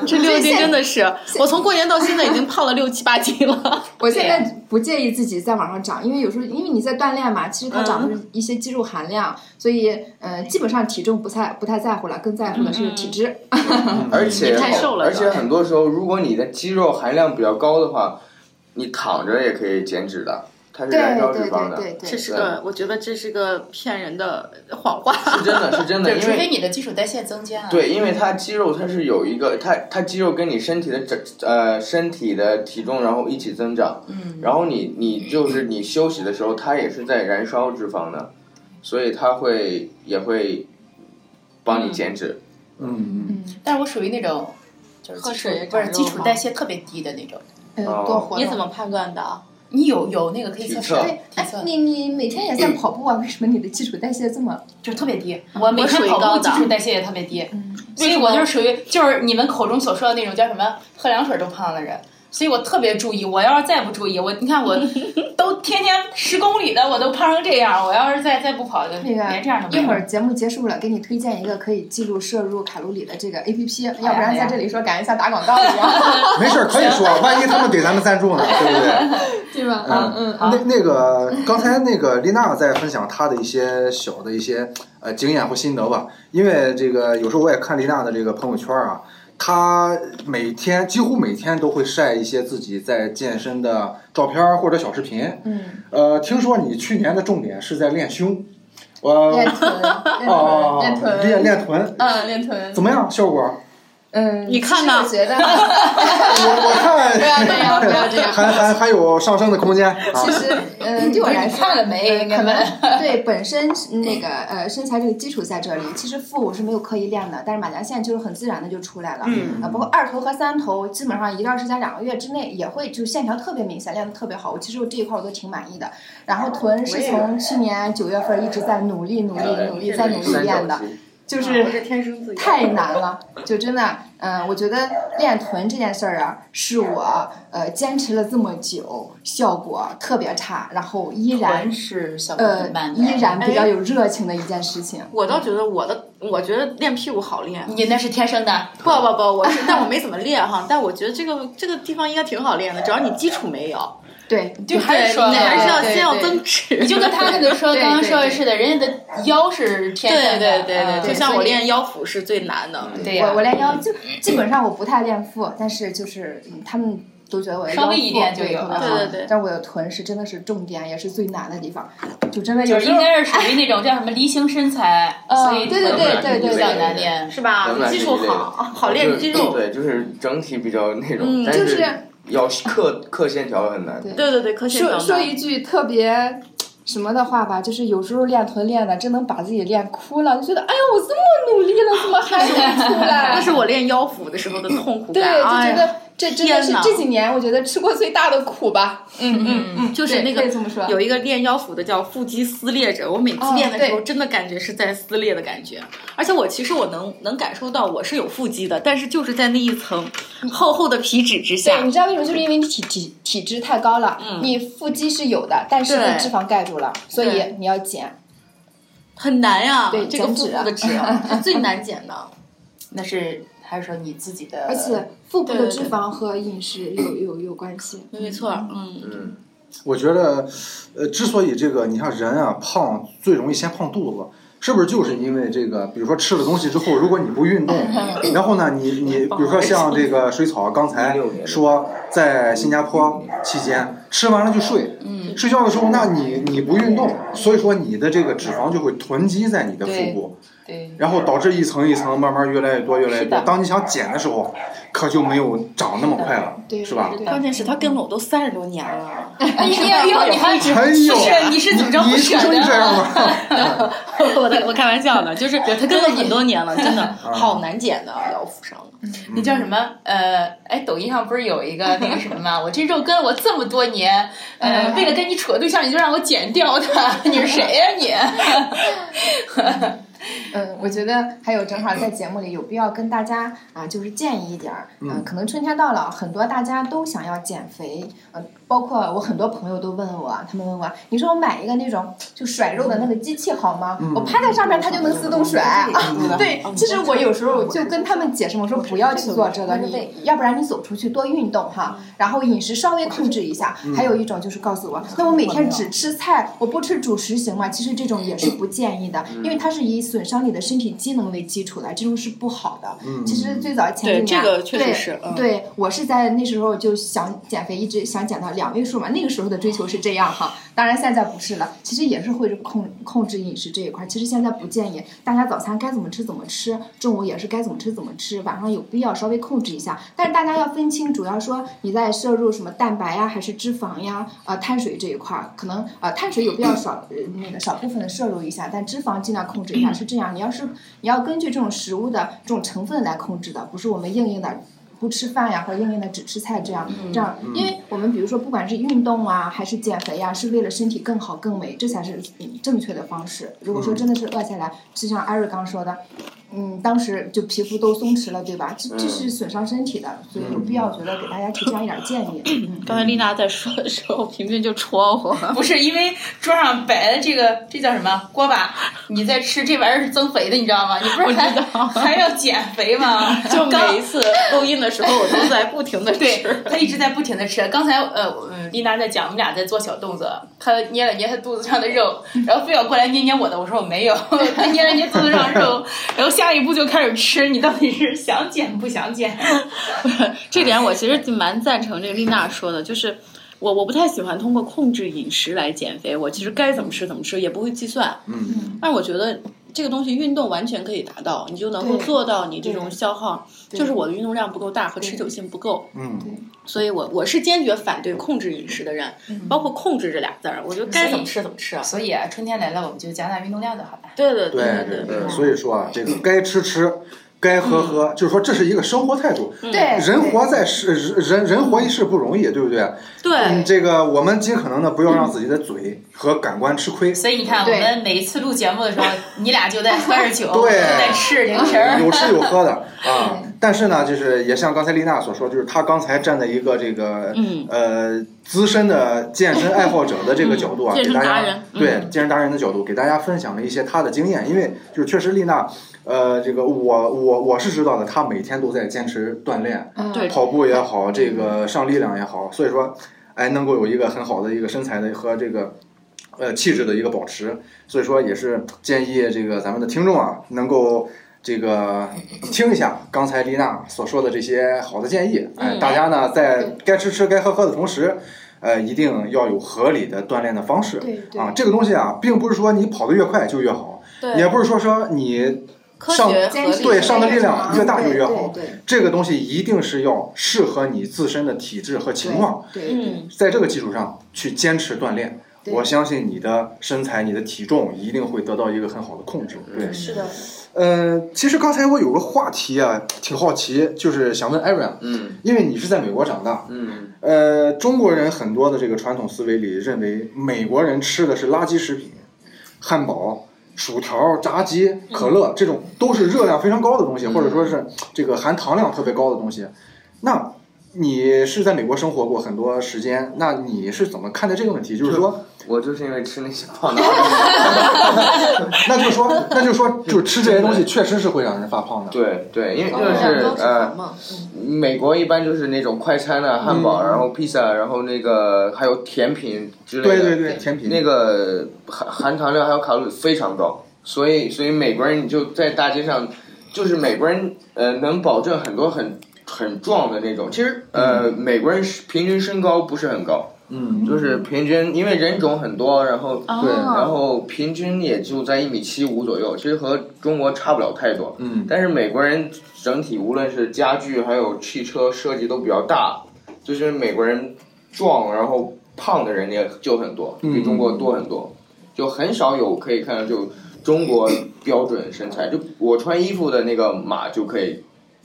[SPEAKER 5] 这六斤真的是，我从过年到现在已经胖了六七八斤了。
[SPEAKER 3] 我现在不介意自己再往上涨，因为有时候因为你在锻炼嘛，其实它长的
[SPEAKER 2] 嗯
[SPEAKER 3] 是一些肌肉含量，所以呃，基本上体重不太不太在乎了，更在乎的是体脂。
[SPEAKER 1] 嗯
[SPEAKER 4] 而且
[SPEAKER 5] 太瘦了
[SPEAKER 4] 而且
[SPEAKER 5] 是吧
[SPEAKER 4] 很多时候，如果你的肌肉含量比较高的话，你躺着也可以减脂的，它嗯是
[SPEAKER 3] 对
[SPEAKER 4] 燃烧脂
[SPEAKER 3] 对
[SPEAKER 4] 肪的，
[SPEAKER 3] 对对
[SPEAKER 5] 这
[SPEAKER 3] 对，
[SPEAKER 5] 是个，我觉得这是个骗人的谎话。
[SPEAKER 4] 是真的，是真的，
[SPEAKER 2] 对，
[SPEAKER 4] 因
[SPEAKER 2] 除非
[SPEAKER 4] 为
[SPEAKER 2] 你的基础代谢增加啊。
[SPEAKER 4] 对，因为它肌肉它是有一个，它它肌肉跟你身体的整呃身体的体重然后一起增长，嗯，然后你你就是你休息的时候，它也是在燃烧脂肪的，所以它会也会帮你减脂，
[SPEAKER 1] 嗯嗯，
[SPEAKER 2] 但是我属于那种就是
[SPEAKER 5] 喝
[SPEAKER 2] 基础
[SPEAKER 5] 水也
[SPEAKER 2] 不是
[SPEAKER 5] 长
[SPEAKER 2] 基
[SPEAKER 5] 肉
[SPEAKER 2] 础
[SPEAKER 5] 吗
[SPEAKER 2] 代谢特别低的那种。
[SPEAKER 3] 嗯，
[SPEAKER 4] 哦
[SPEAKER 3] 多活动。
[SPEAKER 5] 判断的？啊
[SPEAKER 2] 你有有那个可以
[SPEAKER 4] 体
[SPEAKER 2] 测试
[SPEAKER 4] 测
[SPEAKER 2] 的，
[SPEAKER 3] 对，
[SPEAKER 2] 体
[SPEAKER 3] 哎
[SPEAKER 2] 测，的
[SPEAKER 3] 你你每天也在跑步啊？为什么你的基础代谢这么？
[SPEAKER 2] 就是特别低。我每天
[SPEAKER 5] 属于
[SPEAKER 2] 跑
[SPEAKER 5] 高
[SPEAKER 2] 步基
[SPEAKER 5] 的
[SPEAKER 2] 础代谢也特别低，所以
[SPEAKER 5] 什
[SPEAKER 2] 我
[SPEAKER 5] 么
[SPEAKER 2] 就是属于就是你们口中所说的那种叫什么喝凉水都胖的人。所以我特别注意，我要是再不注意，我你看我都天天十公里的我都胖成这样，我要是再再不跑就
[SPEAKER 3] 那个
[SPEAKER 2] 连这样都没有。
[SPEAKER 3] 一会儿节目结束了，给你推荐一个可以记录摄入卡路里的这个 A P P，要不然在这里说感觉像打广告一样，
[SPEAKER 1] 没事儿，可以说，万一他们给咱们赞助呢，对不对？
[SPEAKER 3] 对吧？
[SPEAKER 1] 嗯
[SPEAKER 3] 嗯
[SPEAKER 1] 那那个刚才那个丽娜在分享她的一些小的一些呃经验或心得吧，因为这个有时候我也看丽娜的这个朋友圈啊，她每天几乎每天都会晒一些自己在健身的照片儿或者小视频。
[SPEAKER 3] 嗯，
[SPEAKER 1] 呃，听说你去年的重点是在练胸，我
[SPEAKER 3] 嗯练臀，
[SPEAKER 1] 哦
[SPEAKER 3] 练臀，
[SPEAKER 4] 哦
[SPEAKER 1] 练。练臀
[SPEAKER 3] 嗯，练臀，
[SPEAKER 1] 怎么样效果？
[SPEAKER 3] 嗯，
[SPEAKER 5] 你看呢
[SPEAKER 3] 其实我觉得，
[SPEAKER 1] 我我看
[SPEAKER 3] 不要这样，不要这样。
[SPEAKER 1] 还还还有上升的空间啊
[SPEAKER 3] 其！实， 嗯，对我来说，
[SPEAKER 2] 你看了没
[SPEAKER 3] 呃
[SPEAKER 2] 应该
[SPEAKER 3] 可能
[SPEAKER 2] 问
[SPEAKER 3] 对本身那个呃身材这个基础在这里。其实腹我是没有刻意练的，但是马甲线就是很自然的就出来了。
[SPEAKER 5] 嗯
[SPEAKER 3] 啊，包括二头和三头，基本上一段时间两个月之内也会就线条特别明显，练得特别好。我其实我这一块我都挺满意的。然后臀是从去年九月份一直在努力努力努力再努力练的，就是
[SPEAKER 5] 啊我是天生自由。
[SPEAKER 3] 太难了，就真的，嗯、我觉得练臀这件事儿啊，是我呃坚持了这么久，效果特别差，然后依然
[SPEAKER 2] 然是小
[SPEAKER 3] 呃
[SPEAKER 2] 伙伴的，
[SPEAKER 3] 依然比较有热情的一件事情。
[SPEAKER 5] 我倒觉得我的，我觉得练屁股好练。
[SPEAKER 2] 你那是天生的，
[SPEAKER 5] 不不不，我是，但我没怎么练哈，但我觉得这个这个地方应该挺好练的，只要你基础没有，
[SPEAKER 3] 对，
[SPEAKER 2] 就还是说
[SPEAKER 5] 你
[SPEAKER 2] 了
[SPEAKER 5] 还是要
[SPEAKER 2] 对
[SPEAKER 5] 先要
[SPEAKER 2] 对
[SPEAKER 5] 增持。
[SPEAKER 2] 你就跟他那个说
[SPEAKER 3] 对
[SPEAKER 2] 刚刚
[SPEAKER 3] 对
[SPEAKER 2] 说的
[SPEAKER 3] 对
[SPEAKER 2] 似的，人家的腰是天
[SPEAKER 5] 对
[SPEAKER 2] 生
[SPEAKER 5] 对
[SPEAKER 2] 的，
[SPEAKER 5] 对对，
[SPEAKER 2] 嗯
[SPEAKER 5] 就像
[SPEAKER 3] 所
[SPEAKER 5] 我
[SPEAKER 3] 以
[SPEAKER 5] 练腰腹是最难的。
[SPEAKER 2] 对呀
[SPEAKER 3] 我我练腰，就基本上我不太练腹，但是就是、嗯、他们都觉得我的腰
[SPEAKER 2] 稍
[SPEAKER 3] 腹
[SPEAKER 2] 微一练就
[SPEAKER 3] 对
[SPEAKER 2] 有
[SPEAKER 3] 特别
[SPEAKER 2] 了
[SPEAKER 3] 好
[SPEAKER 5] 对对对
[SPEAKER 3] 但我的臀是真的是重点，也是最难的地方，就真的
[SPEAKER 2] 就
[SPEAKER 3] 有
[SPEAKER 2] 是
[SPEAKER 3] 时
[SPEAKER 2] 应
[SPEAKER 3] 候。
[SPEAKER 2] 该是属于那种叫什么梨形身材，
[SPEAKER 3] 嗯
[SPEAKER 2] 所以
[SPEAKER 3] 对对对对对
[SPEAKER 2] 比较
[SPEAKER 3] 对
[SPEAKER 2] 难练。
[SPEAKER 5] 是吧？
[SPEAKER 4] 能不能
[SPEAKER 5] 基础
[SPEAKER 4] 是一类的
[SPEAKER 5] 好，好练肌肉。
[SPEAKER 4] 对，就是整体比较那种
[SPEAKER 5] 嗯，
[SPEAKER 4] 但
[SPEAKER 3] 就是
[SPEAKER 4] 要刻刻线条很难。
[SPEAKER 3] 对
[SPEAKER 5] 对对对，科学
[SPEAKER 3] 说
[SPEAKER 5] 表
[SPEAKER 3] 说
[SPEAKER 5] 达
[SPEAKER 3] 一句特别什么的话吧，就是有时候练臀练的真能把自己练哭了，就觉得哎呀，我这么努力了，怎么还没出
[SPEAKER 5] 那
[SPEAKER 3] 来？
[SPEAKER 5] 是我练腰腹的时候的痛苦
[SPEAKER 3] 对，
[SPEAKER 5] 感，
[SPEAKER 3] 就
[SPEAKER 5] 哎
[SPEAKER 3] 觉
[SPEAKER 5] 呀，
[SPEAKER 3] 得这真的是
[SPEAKER 5] 天哪
[SPEAKER 3] 这几年我觉得吃过最大的苦吧。嗯嗯嗯，
[SPEAKER 5] 就是那
[SPEAKER 3] 对可以这
[SPEAKER 5] 个。
[SPEAKER 3] 么说。
[SPEAKER 5] 有一个练腰腹的叫腹肌撕裂者，我每次
[SPEAKER 3] 哦
[SPEAKER 5] 练的时候
[SPEAKER 3] 对
[SPEAKER 5] 真的感觉是在撕裂的感觉，而且我其实我能能感受到我是有腹肌的，但是就是在那一层厚厚的皮脂之
[SPEAKER 3] 对，
[SPEAKER 5] 下
[SPEAKER 3] 你，知道为什么？就是因为你体体体脂太高了，
[SPEAKER 5] 嗯
[SPEAKER 3] 你腹肌是有的，但是被
[SPEAKER 5] 对
[SPEAKER 3] 脂肪盖住了，所以
[SPEAKER 5] 对
[SPEAKER 3] 你要减。
[SPEAKER 5] 很难呀。
[SPEAKER 3] 对
[SPEAKER 5] 这个
[SPEAKER 3] 减
[SPEAKER 5] 腹
[SPEAKER 3] 脂
[SPEAKER 5] 部
[SPEAKER 3] 啊
[SPEAKER 5] 的脂 是最难减的。
[SPEAKER 2] 那是还是说你自己的？呃
[SPEAKER 3] 而且腹部的
[SPEAKER 5] 对对
[SPEAKER 3] 脂
[SPEAKER 5] 对
[SPEAKER 3] 肪和饮食有有有关系。
[SPEAKER 5] 没错，嗯，
[SPEAKER 4] 嗯，
[SPEAKER 1] 我觉得，呃，之所以这个，你看人啊胖最容易先胖肚子，是不是就是因为这个？比如说吃了东西之后，如果你不 运动，然后呢，你你比如说像这个水草刚才说在新加坡期间吃完了就睡，
[SPEAKER 2] 嗯，
[SPEAKER 1] 睡觉的时候，那你你不运动，所以说你的这个脂肪就会囤积在你的腹
[SPEAKER 2] 对
[SPEAKER 1] 部，
[SPEAKER 2] 对，
[SPEAKER 1] 然后导致一层一层慢慢越来越多越来越
[SPEAKER 2] 是
[SPEAKER 1] 多
[SPEAKER 2] 的。
[SPEAKER 1] 当你想减的时候，可就没有长那么快了，
[SPEAKER 3] 对，
[SPEAKER 1] 是吧？
[SPEAKER 3] 对
[SPEAKER 5] 关键是他跟了我都三十多年了，
[SPEAKER 2] 哎呀，以后你还只
[SPEAKER 1] 哎
[SPEAKER 2] 是
[SPEAKER 1] 呦
[SPEAKER 2] 你是怎么着
[SPEAKER 1] 你
[SPEAKER 2] 不舍
[SPEAKER 1] 出生就这
[SPEAKER 2] 得？
[SPEAKER 1] 样吗？
[SPEAKER 5] 我的我开玩笑的，就是他跟了很多年了，真 的
[SPEAKER 1] 嗯
[SPEAKER 5] 好难减的腰腹上的。
[SPEAKER 2] 那叫什么？呃，哎，抖音上不是有一个那个什么吗？我这肉跟了我这么多年，呃，为了跟你处个对象，你就让我剪掉它，你是谁呀、
[SPEAKER 3] 嗯，我觉得还有正好在节目里有必要跟大家啊、就是建议一点儿，嗯、
[SPEAKER 1] 嗯
[SPEAKER 3] 可能春天到了，很多大家都想要减肥，呃，包括我很多朋友都问我，他们问我，你说我买一个那种就甩肉的那个机器好吗？我趴在上面它就能自动甩。对，其实我有时候就跟他们解释，我说不要去做这个，你要不然你走出去多运动哈，然后饮食稍微控制一下。还有一种就是告诉我，那我每天只吃菜，我不吃主食行吗？其实这种也是不建议的，因为它是以损伤你的身体机能为基础的，这种是不好的。其实最早前几
[SPEAKER 5] 对，
[SPEAKER 3] 年，
[SPEAKER 5] 这个确
[SPEAKER 3] 对
[SPEAKER 5] 实是，嗯，
[SPEAKER 3] 对我是在那时候就想减肥，一直想减到两位数嘛。那个时候的追求是这样哈，当然现在不是了。其实也是会控控制饮食这一块儿。其实现在不建议大家早餐该怎么吃怎么吃，中午也是该怎么吃怎么吃，晚上有必要稍微控制一下。但是大家要分清，主要说你在摄入什么蛋白呀，还是脂肪呀，呃，碳水这一块儿，可能呃碳水有必要少呃那个少部分的摄入一下，但脂肪尽量控 制一下，是这样。你要是你要根据这种食物的这种成分来控制的，不是我们硬硬的不吃饭呀，或者硬硬的只吃菜这样，
[SPEAKER 5] 嗯
[SPEAKER 3] 这样，因为我们比如说不管是运动啊，还是减肥呀、是为了身体更好更美，这才是嗯正确的方式。如果说真的是饿下来，就像艾瑞刚说的，嗯，当时就皮肤都松弛了，对吧？这
[SPEAKER 5] 嗯
[SPEAKER 3] 这是损伤身体的，所以有必要觉得给大家提供一点建议。嗯，
[SPEAKER 5] 刚才丽娜在说的时候， 萍萍就戳我。
[SPEAKER 2] 不是因为桌上摆的这个，这叫什么锅巴？你在吃这玩意儿是增肥的，你知道吗？你不是还
[SPEAKER 5] 我知道
[SPEAKER 2] 还要减肥吗？
[SPEAKER 5] 就每一次录音的时候，我都在不停的
[SPEAKER 2] 对
[SPEAKER 5] 吃。
[SPEAKER 2] 他一直在不停的吃。刚才呃，嗯丽娜在讲，我们俩在做小动作，她捏了捏她肚子上的 肉，然后非要过来捏捏我的，我说我没 有，她捏了捏肚子上的肉，然后下一步就开始吃。你到底是想减不想减？
[SPEAKER 5] 这点我其实就蛮赞成这个丽娜说的，就是我我不太喜欢通过控制饮食来减肥，我其实该怎么吃怎么吃，也不会计算。
[SPEAKER 1] 嗯，
[SPEAKER 5] 但是我觉得这个东西运动完全可以达到，你就能够
[SPEAKER 3] 对
[SPEAKER 5] 做到你这种
[SPEAKER 3] 对
[SPEAKER 5] 消耗，
[SPEAKER 3] 对
[SPEAKER 5] 就是我的运动量不够大和持久性不够，所以我我是坚决反对控制饮食的人，包括控制这俩字儿，我觉得该怎么吃怎么吃。
[SPEAKER 2] 所以啊，春天来了，我们就加大运动量就好了。
[SPEAKER 5] 对对
[SPEAKER 1] 对
[SPEAKER 5] 对嗯
[SPEAKER 1] 对，所以说啊，这个该吃吃，该喝喝，就是说这是一个生活态度。
[SPEAKER 3] 对，
[SPEAKER 1] 人活在世，人人活一世不容易，对不对？
[SPEAKER 5] 对
[SPEAKER 1] 嗯，这个我们尽可能的不要
[SPEAKER 5] 嗯
[SPEAKER 1] 让自己的嘴和感官吃亏。
[SPEAKER 2] 所以你看，我
[SPEAKER 3] 对
[SPEAKER 2] 们每一次录节目的时候，你俩就在喝着酒，
[SPEAKER 1] 对
[SPEAKER 2] 我就在吃零食儿。
[SPEAKER 1] 有吃有喝 的啊。但是呢，就是也像刚才丽娜所说，就是她刚才站在一个这个、
[SPEAKER 5] 嗯
[SPEAKER 1] 呃资深的健身爱好者的这个角度啊，
[SPEAKER 5] 健
[SPEAKER 1] 给
[SPEAKER 5] 身
[SPEAKER 1] 大
[SPEAKER 5] 达
[SPEAKER 1] 家
[SPEAKER 5] 人嗯
[SPEAKER 1] 对健身达人的角度给大家分享了一些她的经验，因为就是确实丽娜。呃，这个我我我是知道的，她每天都在坚持锻炼，
[SPEAKER 3] 嗯
[SPEAKER 5] 对
[SPEAKER 1] 跑步也好，这个上力量也好，所以说，哎，能够有一个很好的一个身材的和这个呃气质的一个保持，所以说也是建议这个咱们的听众啊，能够这个听一下刚才丽娜所说的这些好的建议，哎，大家呢在该吃吃该喝喝的同时，呃，一定要有合理的锻炼的方式
[SPEAKER 3] 对对
[SPEAKER 1] 啊，这个东西啊，并不是说你跑得越快就越好，也
[SPEAKER 5] 对，
[SPEAKER 1] 不是说说你
[SPEAKER 5] 科
[SPEAKER 1] 上
[SPEAKER 5] 学
[SPEAKER 3] 坚
[SPEAKER 5] 合
[SPEAKER 3] 持
[SPEAKER 5] 理
[SPEAKER 1] 对上的力量
[SPEAKER 3] 长
[SPEAKER 1] 越大就越好
[SPEAKER 3] 对对
[SPEAKER 1] 这个东西一定是要适合你自身的体质和情况，
[SPEAKER 3] 对对
[SPEAKER 5] 嗯，
[SPEAKER 1] 在这个基础上去坚持锻炼，
[SPEAKER 3] 对
[SPEAKER 1] 我相信你的身材、你的体重一定会得到一个很好的控制。对，
[SPEAKER 3] 是的，
[SPEAKER 1] 呃，其实刚才我有个话题啊，挺好奇，就是想问艾瑞，啊
[SPEAKER 4] 嗯
[SPEAKER 1] 因为你是在美国长大，
[SPEAKER 4] 嗯，
[SPEAKER 1] 呃，中国人很多的这个传统思维里认为美国人吃的是垃圾食品，汉堡。薯条、炸鸡、可乐，这种都是热量非常高的东西，或者说
[SPEAKER 4] 嗯
[SPEAKER 1] 是这个含糖量特别高的东西。那你是在美国生活过很多时间，那你是怎么看待这个问题？就是说，
[SPEAKER 4] 我就是因为吃那些胖的，
[SPEAKER 1] 那就说，那就说，就是吃这些东西确实是会让人发胖的。
[SPEAKER 4] 对对，因为就
[SPEAKER 5] 嗯高
[SPEAKER 4] 是
[SPEAKER 5] 脂
[SPEAKER 4] 呃
[SPEAKER 5] 肪。嘛，
[SPEAKER 4] 美国一般就是那种快餐啊，汉堡，然后披萨，然后那个还有甜品之类
[SPEAKER 1] 对
[SPEAKER 4] 的。
[SPEAKER 1] 对对，甜品
[SPEAKER 4] 那个含含糖量还有卡路里非常高，所以所以美国人你就在大街上，就是美国人呃能保证很多很很壮的那种。其实呃美国人是平均身高不是很高，
[SPEAKER 1] 嗯，
[SPEAKER 4] 就是平均因为人种很多，然后
[SPEAKER 1] 对
[SPEAKER 5] 哦，
[SPEAKER 4] 然后平均也就在一米七五左右，其实和中国差不了太多。
[SPEAKER 1] 嗯
[SPEAKER 4] 但是美国人整体无论是家具还有汽车设计都比较大，就是美国人壮然后胖的人也就很多，
[SPEAKER 1] 嗯
[SPEAKER 4] 比中国多很多，就很少有可以看到就中国标准身材。就我穿衣服的那个码就可以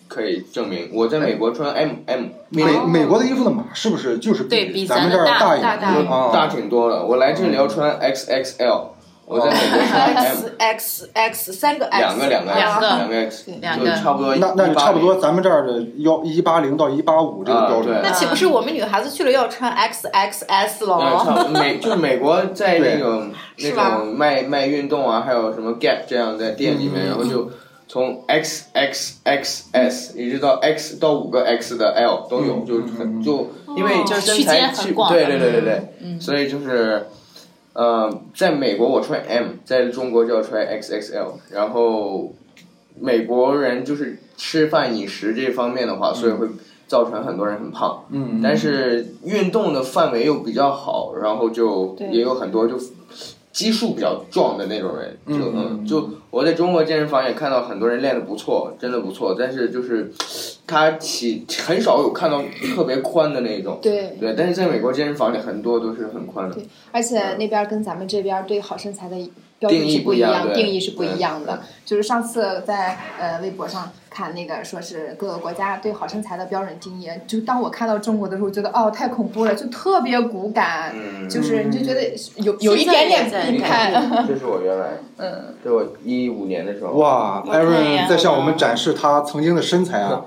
[SPEAKER 4] 可以证明我在美国穿 M，M，M M
[SPEAKER 1] 美
[SPEAKER 4] 嗯
[SPEAKER 1] 美国的衣服的码是不是就是
[SPEAKER 2] 对比
[SPEAKER 1] 咱
[SPEAKER 2] 咱
[SPEAKER 1] 们
[SPEAKER 2] 们
[SPEAKER 1] 这儿
[SPEAKER 2] 大
[SPEAKER 1] 一
[SPEAKER 2] 大
[SPEAKER 1] 点
[SPEAKER 2] 大
[SPEAKER 1] 啊？
[SPEAKER 4] 大挺多的，我来这里要穿 X X L，我在美国穿 M。
[SPEAKER 5] X X 三个 X，啊
[SPEAKER 4] 两个两个
[SPEAKER 2] 哦两个
[SPEAKER 4] 两个，
[SPEAKER 2] 两
[SPEAKER 4] 就
[SPEAKER 2] 个
[SPEAKER 4] 差不多一，
[SPEAKER 1] 那那差不多，咱们这儿的幺一八零到一八五这个标准
[SPEAKER 4] 啊，对
[SPEAKER 5] 那岂不是我们女孩子去了要穿 X X S
[SPEAKER 4] 一八零。嗯，差
[SPEAKER 5] 喽？
[SPEAKER 4] 不多美就是美国在那 种那
[SPEAKER 5] 是吧
[SPEAKER 4] 种卖卖运动啊，还有什么 Gap 这样在店里面，
[SPEAKER 1] 嗯
[SPEAKER 4] 然后就从 X X X S 一直到 X 到五个 X 的 L 都有，
[SPEAKER 1] 嗯
[SPEAKER 4] 就
[SPEAKER 1] 嗯
[SPEAKER 4] 很就因为就身
[SPEAKER 2] 哦区间
[SPEAKER 4] 材
[SPEAKER 2] 很
[SPEAKER 4] 去
[SPEAKER 2] 广
[SPEAKER 4] 对对对对对，
[SPEAKER 2] 嗯
[SPEAKER 4] 所以就是，呃，在美国我穿 M，在中国就要穿 XXL，然后美国人就是吃饭饮食这方面的话，所以会造成很多人很胖，
[SPEAKER 1] 嗯，
[SPEAKER 4] 但是运动的范围又比较好，然后就
[SPEAKER 3] 对
[SPEAKER 4] 也有很多就。基数比较壮的那种人，就
[SPEAKER 1] 嗯嗯
[SPEAKER 4] 嗯，就我在中国健身房也看到很多人练的不错，真的不错，但是就是他起很少有看到特别宽的那种，
[SPEAKER 3] 对
[SPEAKER 4] 对，但是在美国健身房里很多都是很宽的，
[SPEAKER 3] 而且那边儿跟咱们这边儿对好身材的标准
[SPEAKER 4] 嗯定义
[SPEAKER 3] 是不一
[SPEAKER 4] 不一样对嗯
[SPEAKER 3] 定义是不一样的。就是上次在呃微博上看那个，说是各个国家对好身材的标准定义，就当我看到中国的时候，我觉得哦太恐怖了，就特别骨感，
[SPEAKER 4] 嗯，
[SPEAKER 3] 就是你就觉得是有有一
[SPEAKER 5] 嗯
[SPEAKER 3] 点
[SPEAKER 5] 现在
[SPEAKER 3] 点
[SPEAKER 5] 也
[SPEAKER 3] 逼
[SPEAKER 5] 在
[SPEAKER 3] 看。
[SPEAKER 4] 这是我原来，嗯，这我一五年的时候，
[SPEAKER 1] 哇，艾润在向我
[SPEAKER 5] 嗯
[SPEAKER 1] 们展示他曾经的身材啊，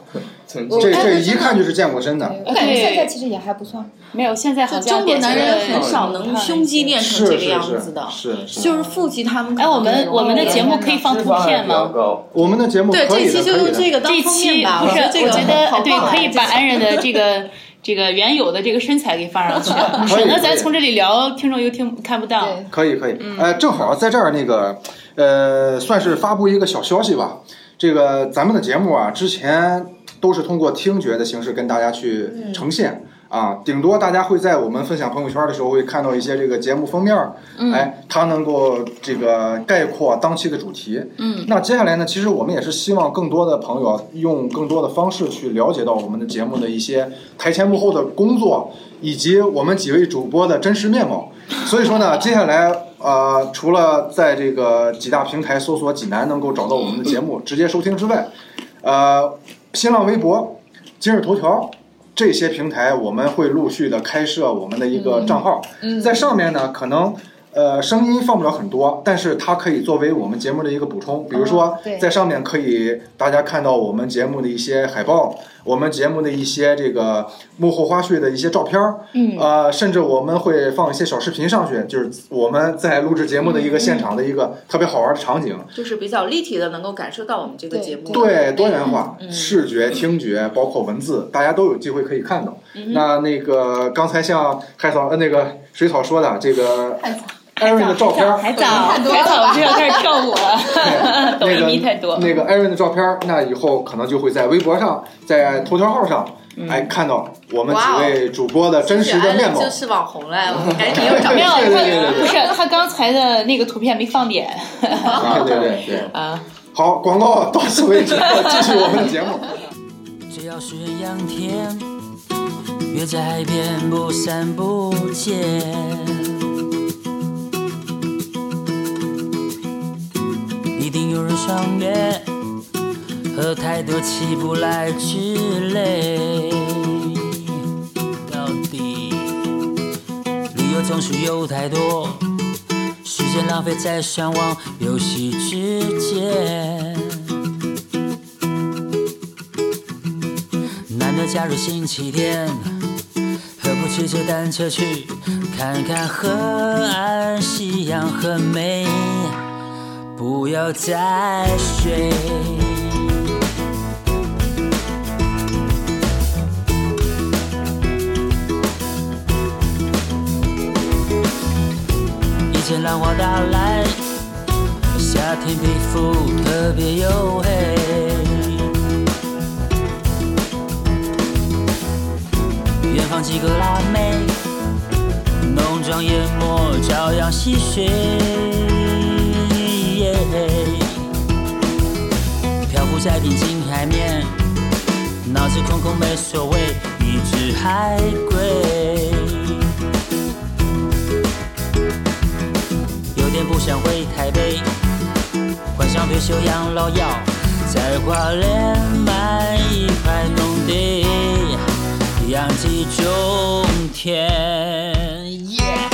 [SPEAKER 4] 曾
[SPEAKER 1] 这
[SPEAKER 4] 经
[SPEAKER 1] 这一看就是健过身的。
[SPEAKER 5] 嗯
[SPEAKER 3] 我感觉嗯现在其实也还不算，
[SPEAKER 6] 没有，现在好
[SPEAKER 5] 就
[SPEAKER 6] 像
[SPEAKER 5] 中国男人很少
[SPEAKER 6] 变
[SPEAKER 5] 能
[SPEAKER 6] 成
[SPEAKER 5] 胸肌练成
[SPEAKER 1] 是
[SPEAKER 5] 这
[SPEAKER 1] 是
[SPEAKER 5] 个样子的，
[SPEAKER 1] 是是是。
[SPEAKER 5] 就是腹肌他们可
[SPEAKER 6] 哎，
[SPEAKER 5] 能
[SPEAKER 6] 我
[SPEAKER 5] 没
[SPEAKER 6] 们
[SPEAKER 5] 有
[SPEAKER 6] 我们的节目可以放
[SPEAKER 4] 脂
[SPEAKER 6] 图
[SPEAKER 4] 肪还
[SPEAKER 6] 片
[SPEAKER 4] 比较
[SPEAKER 6] 吗？
[SPEAKER 4] 高，
[SPEAKER 1] 我们的节目
[SPEAKER 5] 对
[SPEAKER 1] 可
[SPEAKER 5] 这
[SPEAKER 1] 以的，
[SPEAKER 5] 期就
[SPEAKER 1] 可以
[SPEAKER 5] 用
[SPEAKER 1] 的
[SPEAKER 5] 这。个当
[SPEAKER 6] 这
[SPEAKER 5] 封
[SPEAKER 6] 期
[SPEAKER 5] 面吧，
[SPEAKER 6] 不是，
[SPEAKER 5] 这个
[SPEAKER 6] 我觉得
[SPEAKER 5] 好
[SPEAKER 6] 对
[SPEAKER 5] 棒，啊
[SPEAKER 6] 可以
[SPEAKER 5] 这
[SPEAKER 6] 把
[SPEAKER 5] 期
[SPEAKER 6] 安仁的这个这个原有的这个身材给放上 去，
[SPEAKER 1] 可以
[SPEAKER 6] 省得
[SPEAKER 1] 可
[SPEAKER 6] 咱
[SPEAKER 1] 以
[SPEAKER 6] 从这里聊，听众又听看不到。
[SPEAKER 3] 对，
[SPEAKER 1] 可以可以，呃，正好在这儿那个，呃，算是发布一个小消息吧。这个咱们的节目啊，之前都是通过听觉的形式跟大家去呈现，啊，顶多大家会在我们分享朋友圈的时候会看到一些这个节目封面儿，哎，它能够这个概括当期的主题。嗯，那接下来呢，其实我们也是希望更多的朋友啊用更多的方式去了解到我们的节目的一些台前幕后的工作，以及我们几位主播的真实面貌。所以说呢，接下来呃，除了在这个几大平台搜索“济南”能够找到我们的节目直接收听之外，呃，新浪微博、今日头条这些平台，我们会陆续的开设我们的一个账号，在上面呢，可能呃声音放不了很多，但是它可以作为我们节目的一个补充，比如说
[SPEAKER 3] 对
[SPEAKER 1] 在上面可以大家看到我们节目的一些海报，我们节目的一些这个幕后花絮的一些照片儿，嗯，呃，甚至我们会放一些小视频上去，就是我们在录制节目的一个现场的一个特别好玩的场景，
[SPEAKER 5] 就是比较立体的，能够感受到我们这个节目。
[SPEAKER 1] 对，多元化，视觉、听觉，包括文字，大家都有机会可以看到。那那个刚才像海草呃那个水草说的这个
[SPEAKER 3] 太惨
[SPEAKER 1] 艾瑞的照片儿，
[SPEAKER 6] 海藻，
[SPEAKER 3] 太多
[SPEAKER 6] 海
[SPEAKER 3] 了
[SPEAKER 6] 藻
[SPEAKER 3] 吧
[SPEAKER 6] 我知道开始跳舞了， 抖
[SPEAKER 1] 那
[SPEAKER 6] 音
[SPEAKER 1] 个
[SPEAKER 6] 迷太 多。
[SPEAKER 1] 那个艾瑞的照片儿，那以后可能就会在微博上，在头条号上，哎，看到我们
[SPEAKER 5] 哇
[SPEAKER 1] 几
[SPEAKER 5] 哦
[SPEAKER 1] 位主播的真实的面貌
[SPEAKER 5] 哎就。是网红嘞，我们赶紧又 找
[SPEAKER 6] 没有，
[SPEAKER 1] 对对对
[SPEAKER 6] 他
[SPEAKER 1] 对对
[SPEAKER 6] 不是他刚才的那个图片没放 点。
[SPEAKER 1] 啊，对对对。
[SPEAKER 6] 啊。
[SPEAKER 1] 好，广告到此为止，继续我们的节目。
[SPEAKER 7] 只要是阳天，约在海边不散不见。一定有人赏月，喝太多起不来之类。到底理由总是有太多，时间浪费在上网游戏之间。难得假日星期天，何不骑着单车去看看河岸，夕阳很美，不要再睡。以前浪花打来，夏天皮肤特别黝黑。远方几个辣妹，浓妆艳抹，朝阳西睡。漂浮在平静海面，脑子空空没所谓，一只海龟。有点不想回台北，幻想退休养老药，在花莲买一块农地。养鸡种田。Yeah!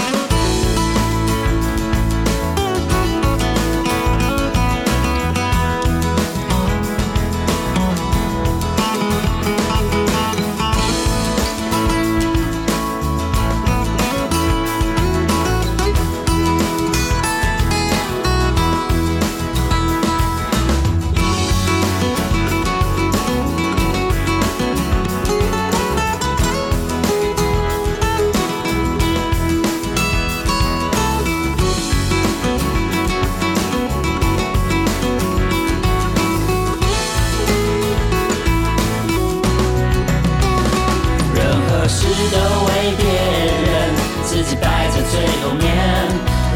[SPEAKER 7] 任何事都为别人，自己摆在最后面。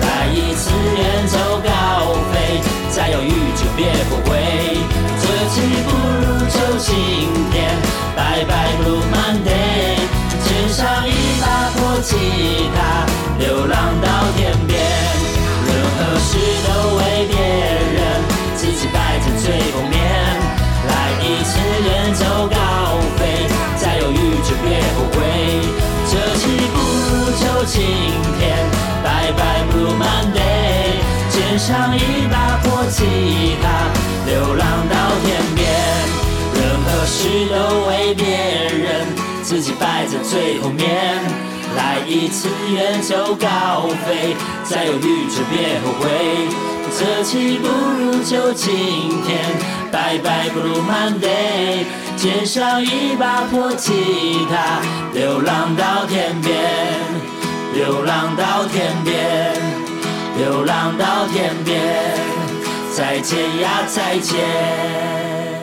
[SPEAKER 7] 来一次远走高飞，再犹豫就别后悔。择期不如就今天，拜拜 Blue Monday。肩上一把破吉他，流浪到天边。任何事都为别人，自己摆在最后面。来一次远走高飞，再犹豫就别后悔。这期不如就今天，拜拜 Blue Monday，肩上一把破吉他，流浪到天边。任何事都为别人，自己摆在最后面。来一次远走高飞，再犹豫就别后悔。这期不如就今天，拜拜 Blue Monday，肩上一把破吉他，流浪到天边，流浪到天边，流浪到天边，再见呀再见。